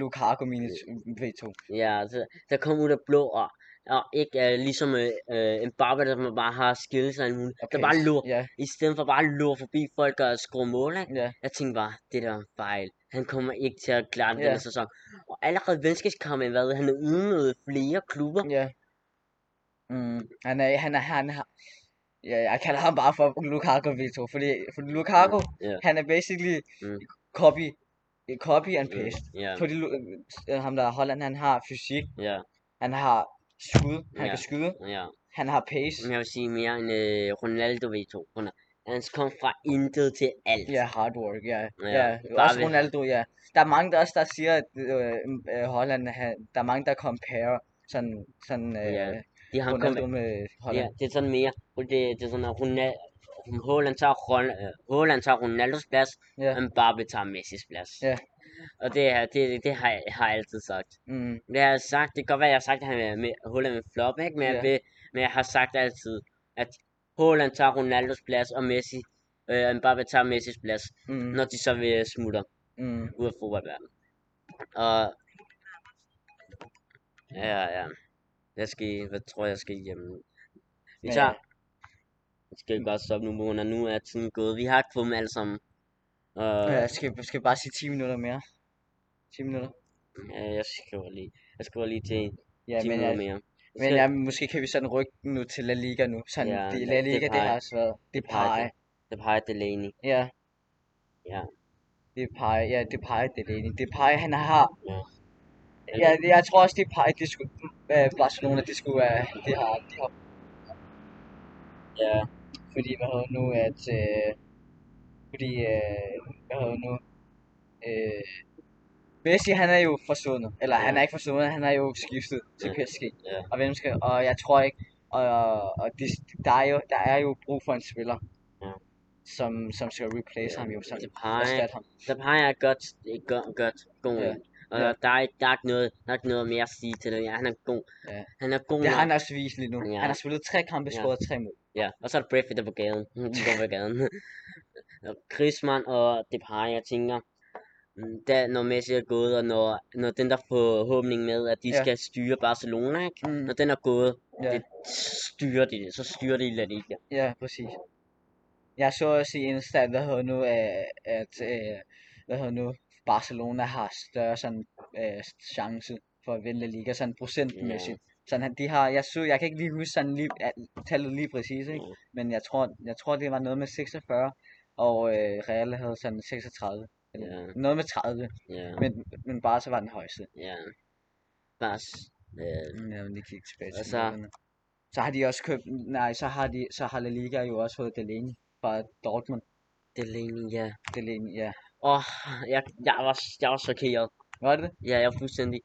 Lukaku minus V2. Ja, så der kom ud af blå og, og ikke uh, ligesom uh, uh, Mbappé, der man bare har skillet sig en okay. der bare lå, Ja, i stedet for bare at lure forbi folk og skrue mål, ikke? ja. Jeg tænkte bare, det der var en fejl. Han kommer ikke til at klare den Ja. yeah. sæson. Og allerede venskabskampen, hvad han er ude flere klubber. Ja. Mm, han er, han er, han har, ja, jeg kalder ham bare for Lukaku Vito, fordi, fordi Lukaku, ja. han er basically Mm. copy, copy and paste. Ja, Fordi Lu- øh, ham der er Holland, han har fysik, ja, han har skud, han Ja. Mm. kan skyde, ja. han har pace. Men jeg vil sige mere end øh, Ronaldo ved to. Han kom fra intet til alt. Ja, hard work, ja. Ja, ja. bare Også ved- Ronaldo, ja. Der er mange der også, der siger, at øh, øh, Holland, han, der er mange, der comparer sådan, sådan øh, Ja, De har kommet Ronaldo med Ja, Holland. det er sådan mere, og det, det er sådan, at Ronaldo, Haaland tager, Ron, øh, Haaland tager Ronaldos plads, Ja. og Mbappé tager Messis plads. Ja. Og det, her, det, det har, jeg, har jeg altid sagt. Mm, Det har jeg sagt, det kan godt være, jeg har sagt, at han er med, Haaland med flop, ikke? Men, Ja. jeg vil, men jeg har sagt altid, at Haaland tager Ronaldos plads, og Messi, øh, og Mbappé tager Messis plads, mm, når de så vil smutter mm. ud af fodboldverdenen. Og... Ja, ja. Jeg skal... Hvad tror jeg, jeg skal hjem? Vi Men- tager... Vi skal godt stoppe nu, Mona. Nu er tiden gået. Vi har ikke fået dem alle sammen. Og Ja, skal, skal bare sige 10 minutter mere. 10 minutter. øh, jeg skriver lige... Jeg skriver lige til en Ja, 10 men, minutter jeg, mere. Jeg men skriver- ja, måske kan vi sådan rykke den nu til La Liga nu. Sådan, Ja, det, det- La det Liga, det, peger- har også været. Det peger til- peger. Det peger Delaney. Ja. Ja. Det peger, ja, det peger det egentlig. Det peger, han har. Ja. Ja, det- jeg tror også, det peger, det skulle, øh, Barcelona, det skulle, øh, det har, det har, Ja. fordi, hvad hedder nu, at, øh, fordi, øh, hvad hedder nu, øh, Messi, han er jo forsvundet, eller Ja. han er ikke forsvundet, han er jo skiftet til Ja. PSG. Ja. og hvem skal, og jeg tror ikke, og, og det, der, er jo, der er jo brug for en spiller, Ja. som, som skal replace ham jo, som Det erstatte peger... ham. Der peger et godt... Et godt... godt god Ja. ja. Og Ja. der, er, ikke- der, er ikke noget, der er ikke noget mere at sige til det. Ja, han er god. Ja. Han er god Det har nok. han også vist lige nu. Ja. Han har spillet tre kampe, Ja. scoret tre mål. Ja, og så er der Bradford, der er på gaden. *laughs* De går på gaden. *laughs* Og Griezmann og Depay, jeg tænker, mm, da, når Messi er gået, og når, når den der forhåbning med, at de Ja. ja. skal styre Barcelona, ikke? Mm. når den er gået, Ja. ja. det styrer de det, så styrer de La Liga. Ja, præcis. Jeg så også i Insta, at, hvad hedder nu, at, at øh, hvad hedder nu, Barcelona har større sådan, øh, chance for at vinde La Liga, sådan procentmæssigt. Sådan, han- de har, jeg, så, jeg kan ikke lige huske sådan lige, at, tallet lige præcis, ikke? Ja. men jeg tror, jeg tror, det var noget med 46, og øh, Real havde sådan 36. Eller Ja. Noget med 30, Ja, men, men bare så var den højeste. ja. Bare, s- øh, Ja, men lige kigge tilbage til Og så- midterne. så har de også købt, nej, så har, de, så har La Liga jo også fået Delaney fra Dortmund. Delaney, ja. Delaney, ja. Åh, oh, jeg, jeg, var, jeg var chokeret. Var det det? Ja, jeg er fuldstændig.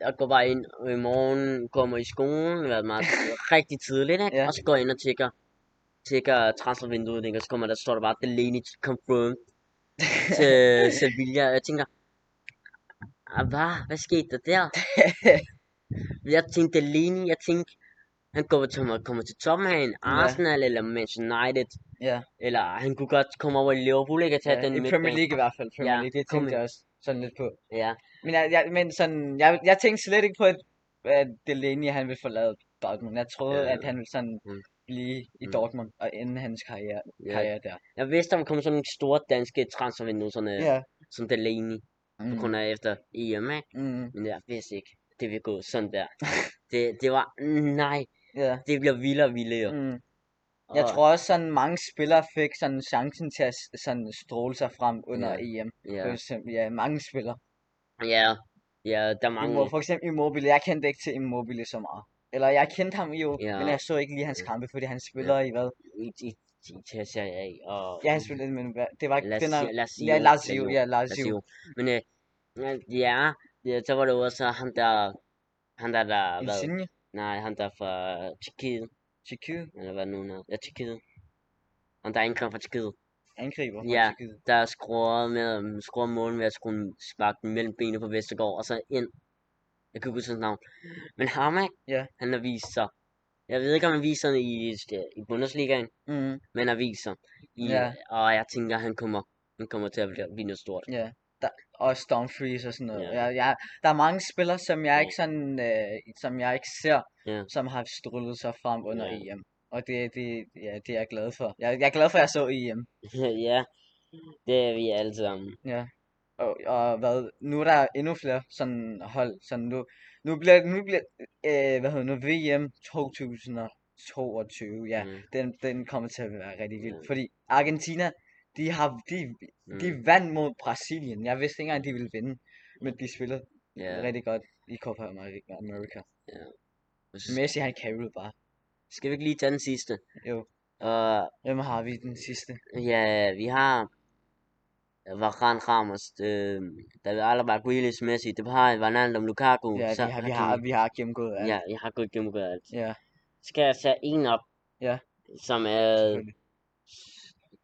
Jeg går bare ind i morgen, kommer i skolen, det har været meget rigtig tidligt, *laughs* ikke? Ja. Ja. Og så går jeg ind og tjekker, tjekker transfervinduet, ikke? Og så kommer der, står der bare, Delaney *laughs* confirmed til Sevilla, og jeg tænker, ah, hvad? Hvad skete der *laughs* der? jeg tænkte Delaney, jeg tænkte, han går til, kommer til Tottenham, Arsenal eller Manchester United, Ja, eller han kunne godt komme over i Liverpool, ikke? Og tage ja den i midtbane. Premier League i hvert fald. Premier Ja, League, det kom tænkte ind. jeg også sådan lidt på. Ja, Men jeg, jeg, men sådan, jeg, jeg tænkte slet ikke på, at, at Delaney han ville forlade Dortmund. Jeg troede, Ja. at han ville sådan Mm. blive i Mm. Dortmund og ende hans karriere, ja. karriere der. Jeg vidste, at der kom sådan nogle store danske transfervindue, sådan, øh, Ja. som Delaney. på Mm. grund af efter EM, ikke? Mm. Men jeg vidste ikke, det ville gå sådan der. det, det var, mm, nej, Ja. det bliver vildere og vildere. Mm. Jeg Og- tror også, sådan mange spillere fik sådan chancen til at s- sådan stråle sig frem under E EM. Ja, For eksempel, ja, mange spillere. ja, Ja, der er mange. Immo, for eksempel Immobile, jeg kendte ikke til Immobile så meget. Eller jeg kendte ham jo, Ja. men jeg så ikke lige hans Ja. kampe, fordi han spiller i hvad? I, i, i, i Serie A. Og, Ja, han spiller i- men hvad- det var Lazio. den her... Lazio. Ja, Lazio, Lazio. ja, Lazio. Lazio. Men øh, ja, ja, så var det også ham der, han der, der, hvad? Insigne, Nej, han der fra Tjekkiet, Chikyet, eller hvad nu er. Ja, Tjekkiet. Han der ankom fra Tjekkiet, angriber Ja. fra Chikyet. der scorede med scorede målen ved at skulle sparke den mellem benene på Vestergaard, og så ind. Jeg kan ikke huske hans navn. Men ham, ikke? Ja. han har vist sig. Jeg ved ikke, om han viser sig i, i Bundesligaen, Mm, men han viser sig. I, Ja. Og jeg tænker, han kommer, han kommer til at blive- blive noget stort. og Stormfreeze og sådan noget. Ja. Jeg, jeg, der er mange spillere, som jeg Ja. ikke sådan, øh, som jeg ikke ser, Ja. som har strullet sig frem under Ja. EM. Og det, det, ja, det er jeg glad for. Jeg, jeg er glad for, at jeg så E EM. *laughs* ja, det er vi alle sammen. Og, og hvad, nu er der endnu flere sådan hold, sådan nu, nu bliver, nu bliver, øh, hvad hedder det nu, VM 2022, ja, Mm, den, den kommer til at være rigtig vild, Ja. fordi Argentina, de har, de, de mm, vandt mod Brasilien, jeg vidste ikke engang, de ville vinde, men de spillede ja. rigtig godt i Copa Ameri- America. Og så Messi, han carried bare. Skal vi ikke lige tage den sidste? Jo. Og Hvem har vi den sidste? ja, vi har Varane Ramos, øh, David Alaba, Grealish, Messi, Depay, Wijnaldum, Lukaku. Ja, Uh, så vi har, vi Hakimi. har, vi har gennemgået alt. Ja, jeg har godt gennemgået alt. Ja, Skal jeg sætte en op? Ja. Som er... selvfølgelig.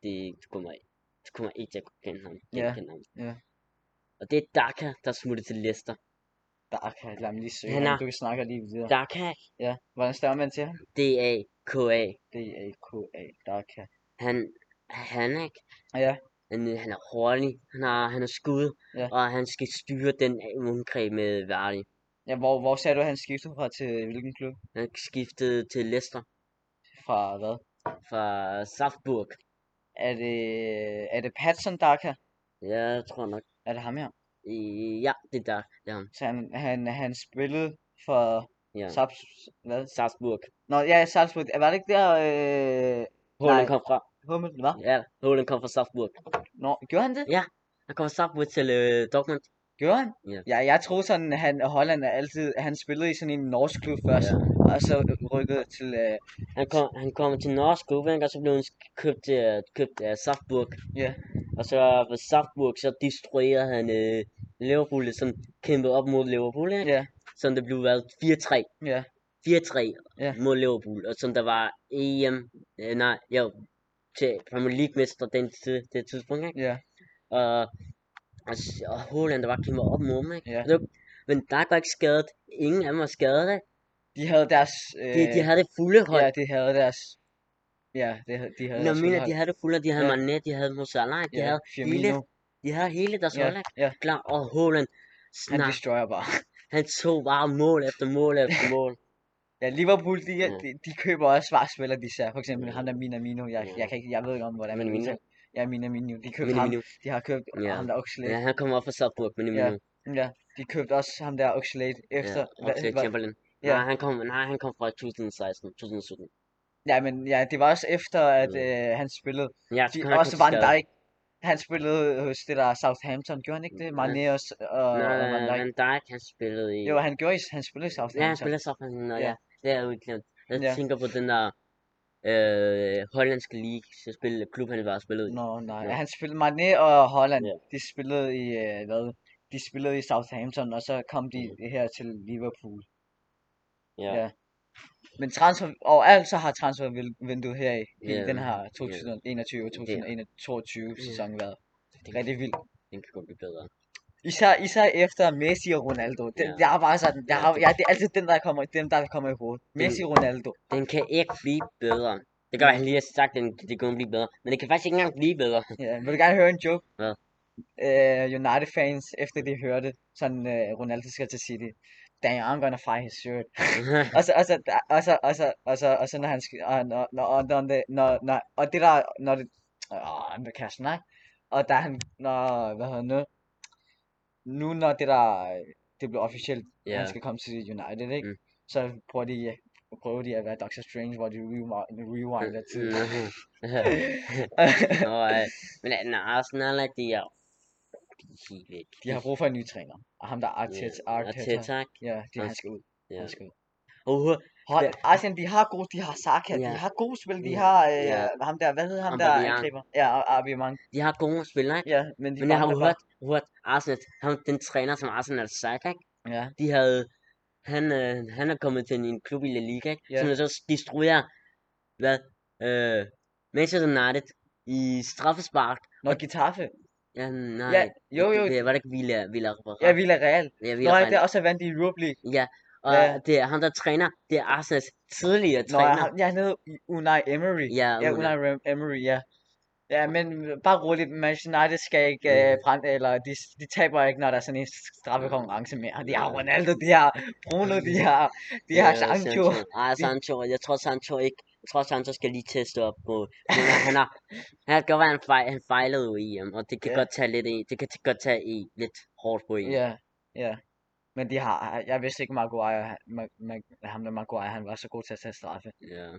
Det du kommer, du kommer ikke til at kunne kende ham. Ja, genkende ham. ja. Og det er Daka, der smutter til Leicester. Der kan lad mig lige søge Han ham. er- Du snakker lige videre. Daka, Ja, hvordan står man til ham? D-A-K-A. D-A-K-A, der kan. Han, han er ikke. Ja. Han, øh, han er hurtig, han har, han har skud, Ja. og han skal styre den øh, angreb med Vardy. Ja, hvor, hvor sagde du, at han skiftede fra til hvilken klub? Han skiftede til Leicester Fra hvad? fra Salzburg. Er det, er det Patson Daka? Jeg tror nok. Er det ham her? Øh, Ja, det er der. Det er ham. Så han, han, han spillede for Ja. Saps, hvad? Salzburg. Nå, ja, Salzburg. Var det ikke der, øh, Hålen Nej. kom fra. Hummel var? Ja, Hålen kom fra Salzburg. Nå, gjorde han det? Han kom fra Salzburg til øh, Dortmund. Gjorde han? Ja. Ja, jeg troede sådan, at han, Holland er altid, han spillede i sådan en norsk klub først, Ja. og så rykkede til, øh, Han kom, han kom til norsk klub, ikke? og så blev han sk- købt, øh, købt af Salzburg. Ja. Og så fra Salzburg, så destruerede han øh, Liverpool, som kæmpede op mod Liverpool, ikke? ja, som det blev været 4-3. ja, 4-3 Ja. mod Liverpool, og som der var EM, øh, nej, jo, til Premier League-mester den, tid- det tidspunkt, ikke? ja, Og, og, s- og Holland, der var kæmpe op mod ham, ikke? ja. Og det var- Men der går ikke skadet. Ingen af dem var skadet, ikke? De havde deres, øh, De, de havde det fulde hold. ja, de havde deres, ja, de havde, de havde Når deres mener, de udhold. havde det fulde, de havde Ja. ja. Mané, de havde Mozart, de, ja, havde hele, Firmino, de havde hele deres Ja, hold, ikke? ja. Klar, og Holland, han snak, destroyer bare. han tog bare mål efter mål efter *laughs* mål. Ja, Liverpool, de, Ja. de, de køber også svarspillere, de ser, for eksempel Ja. ham der Minamino, jeg, Ja. jeg kan ikke, jeg ved ikke om, hvordan man Minamino? udtaler. Ja, Minamino, de købte Men ham, Mino, de har købt Ja. ham der Oxlade, ja, ja. han kom op fra Salzburg, men Mino, de købte også ham der Oxlade efter, ja, og til hvad, Chamberlain. Ja. Ja. Nej, han kom, nej, han kom fra 2016, 2017. Ja, men ja, det var også efter, at Ja. øh, han spillede. Ja, så De, kom han også kun til Van skade. Dijk. Han spillede hos det der Southampton. Gjorde han ikke det? Mm, Nej. Mané også, og, Nej, og Van Dijk. Van Dijk, han spillede i... Jo, han gjorde i, han spillede i Ja, han Southampton. spiller Southampton, og Ja. ja, det er jo ikke glemt. Jeg Ja. tænker på den der øh, hollandske league, så spille, klub han var spillet i. Nå, nej. Ja. Han spillede Mané og Holland. Ja. De spillede i, øh, hvad? De spillede i Southampton, og så kom de Mm. her til Liverpool. Ja. ja. Men transfer, og alt så har transfervinduet her i, i Ja, den her 2021-2022 Ja. sæson været Det kan, rigtig vild. den kan godt blive bedre. Især, især efter Messi og Ronaldo. Den, Ja. Jeg er bare sådan, jeg Ja, har, det- jeg, det er altid den, der kommer, dem, der kommer i hovedet. Messi og Ronaldo. Den kan ikke blive bedre. Det Ja. kan være, han lige har sagt, at den, det kunne blive bedre. Men det kan faktisk ikke engang blive bedre. *laughs* Ja, vil du gerne høre en joke? Hvad? Øh, United-fans, efter de hørte, sådan øh, Ronaldo skal til City. Damn, I'm gonna fry his shirt. og så, og så, og så, og så, og så, og så når han skal, og, når, når, og, når, det- når, når, og det der, når det, åh, han kan jeg snakke, og da han, når, hvad hedder det nu, nu når det der, øh, det blev officielt, yeah. ja. han *laughs* skal komme til United, ikke? Mm. Mm. Så prøver de, prøver de at være Doctor Strange, hvor de rewi- rewinder Øh, tiden. Nå, øh, men øh, når Arsenal, at de er de er helt væk. *laughs* De har brug for en ny træner. Og ham der Arteta, Ja, Arteta. Arteta. Ja, de, han Arteta. skal ud. Ja. Han skal ud. Åh, Hold, Ja. Arsenal, de har gode, de har Saka, de Ja. har gode spil, de Ja. har øh, Ja. ham der, hvad hedder ham der Aubameyang. angriber? Ja, Ar- Aubameyang. de har gode spillere, ikke? Ja, men de Men jeg har jo mangler hørt, hørt Arsenal, ham, den træner, som Arsenal sagt, ikke? bare- Ja, De havde, han, øh, han er kommet til en klub i La Liga, ikke? Ja. Som så destruerer, hvad, øh, Manchester United i straffespark. når Getafe. Ja, nej. Ja, jo, jo, Det var det ikke Villa, Villa ja, Villarreal. Ja, Nå, Villarreal. ja, der også er vandt i Europa League. Og Ja. det er ham, der træner. Det er Arsenals tidligere Nå, træner. jeg, har, jeg hed Unai Emery. Ja, Ja, Unai. Unai Rem- Emery, ja. Ja, men bare roligt, Manchester United skal ikke Ja. øh, brænde, eller de, de taber ikke, når der er sådan en straffekonkurrence mere. De har Ja. Ronaldo, de har Bruno, de har, de har Ja, Sancho. Ej, Sancho. Jeg tror, Sancho ikke... Jeg tror, Sancho skal lige teste op på... Men øh, han- han har... Han har godt været, han, fejl, han fejlede jo i EM, og det kan Ja. godt tage lidt i, det kan godt tage i lidt hårdt på en. Ja, ja. Men de har, jeg vidste ikke, Maguire, han- Ma, Ma, ham der Maguire, han var så god til at tage straffe. ja.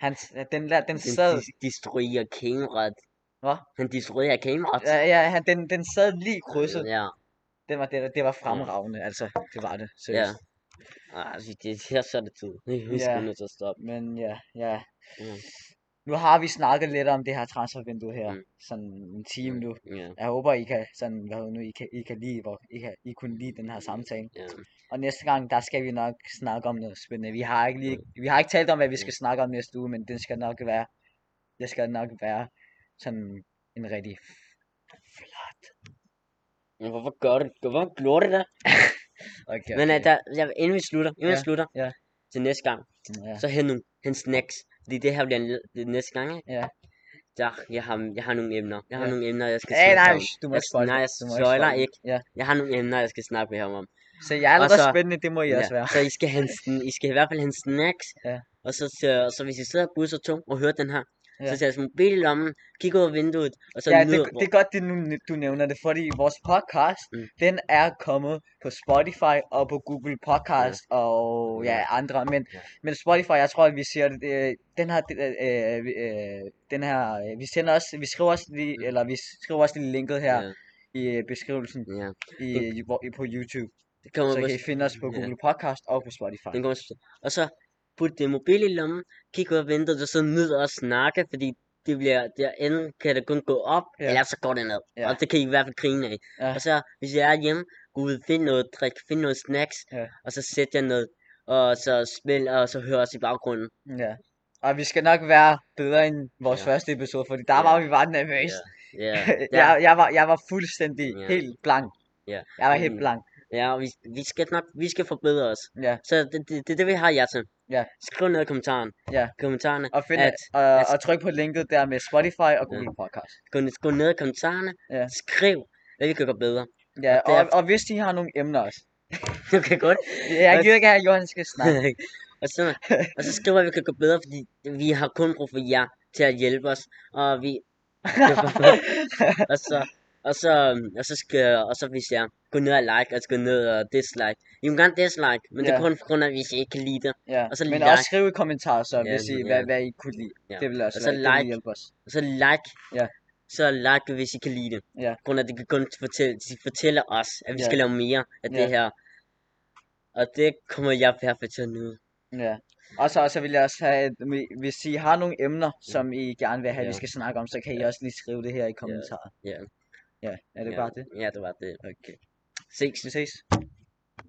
Han, den, la- den Den sad, dis- destruerer kameraet. Hvad? Han destruerer kameraet. ja, ja, han, den, den sad lige i krydset. Ja. Den var, det, det var fremragende, altså, det var det, seriøst. Ej, altså, det, her så er det tid. Vi skal nødt til at stoppe. Men ja, ja. Ja. Nu har vi snakket lidt om det her transfervindue her, Mm. sådan en time nu. Ja. Jeg håber, I kan, sådan, hvad hedder nu, I kan, I kan lide, hvor I, kan, I kunne lide den her Mm. samtale. Ja. Og næste gang, der skal vi nok snakke om noget spændende. Vi har ikke, lige, Mm. vi har ikke talt om, hvad vi skal snakke om næste uge, men det skal nok være, det skal nok være sådan en rigtig... Men hvorfor gør det? Hvorfor gjorde det der? Okay, Men okay. uh, der, jeg, inden vi slutter, inden vi Ja, slutter ja. til næste gang, Ja. så hent nu hent snacks. Fordi det her bliver en, l- det næste gang, ikke? Ja. Der, jeg har, jeg har nogle emner. Jeg har Ja. nogle emner, jeg skal Hey, snakke nej, om. sh, du må Jeg, ikke spoil nej, jeg det. Du må ikke spoiler spoil det. ikke. Ja. Jeg har nogle emner, jeg skal snakke med ham om. Så jeg er allerede så- spændende, det må I også være. Så I skal, have en, sn- I skal i hvert fald have en snacks. Ja. Og så, så, så hvis I sidder på busser tung og hører den her, så Ja. tager jeres mobil i lommen, kig ud af vinduet, og så Ja, det, nyder, det er godt, det nu, du nævner det, fordi vores podcast, Mm. mm. den er kommet på Spotify og på Google Podcast ja. og ja, Ja. andre, men, Ja. ja. men Spotify, jeg tror, at vi siger det, øh, den her, det, øh, vi- øh, den her, øh, vi sender også, vi skriver også lige, Mm. eller vi skriver også lige linket her Ja, Mm. i øh, beskrivelsen ja. i, Det- i, hvor- i, på YouTube, Det kommer så på kan I finde os på Ja. Google Podcast og på Spotify. Den kommer til- Og så put det mobil i lommen, kig ud og vente, og så nyd at snakke, fordi det bliver, der enten kan det kun gå op, ja. Ja. eller så går det ned. Ja. Ja. Og det kan I i hvert fald grine af. Ja. Ja. Og så, hvis jeg er hjemme, gå ud, find noget drik, find noget snacks, Ja. og så sæt jer ned, og så spil, og så hør os i baggrunden. Ja. Og vi skal nok være bedre end vores Mm. Ja. ja. første episode, fordi der Ja. ja. var vi bare nervøse. Ja, ja, jeg, jeg, var, jeg var fuldstændig Ja. ja. helt blank. Ja. Jeg var Mm. helt blank. ja og vi, vi skal nok, vi skal forbedre os. Ja. Så det, det, det er det, vi har jer til. Ja. Skriv ned i kommentaren. Ja. Kommentarerne. Og, find, at, at, og, at- og tryk på linket der med Spotify og Google Podcast. gå, ned- gå ned i kommentarerne. Ja. Skriv, hvad vi kan gøre bedre. Ja, Og og, derefter- og hvis de har nogle emner også. Du kan godt. Jeg gider ikke have, at Johan skal *laughs* snakke. og, så, og så skriver jeg, at vi kan gå bedre, fordi vi har kun brug for jer til at hjælpe os. Og *laughs* vi... og så... Og så, og så, skal, og så hvis jeg går ned og like, og så går ned og dislike. I må gerne dislike, men det er Ja. kun på grund af, hvis I ikke kan lide det. ja. og så Men like. også skriv i kommentarer, så, Ja, hvis I, ja. hvad, hvad I kunne lide. Ja. Det vil også Og så være, det like. vil hjælpe os. Og så like. Ja. Så like, hvis I kan lide det. Ja. På grund af, at det kan kun fortælle, de fortæller os, at vi Ja. skal lave mere af det Ja. her. Og det kommer jeg perfekt til at nyde. Ja. Og så, og så vil jeg også have, at vi- hvis I har nogle emner, som I gerne vil have, at vi Ja. skal snakke om, så kan I også lige skrive det her i kommentarer. Ja. Ja, er det ja. bare det? Ja, det var det. Okay. Ses. Vi ses.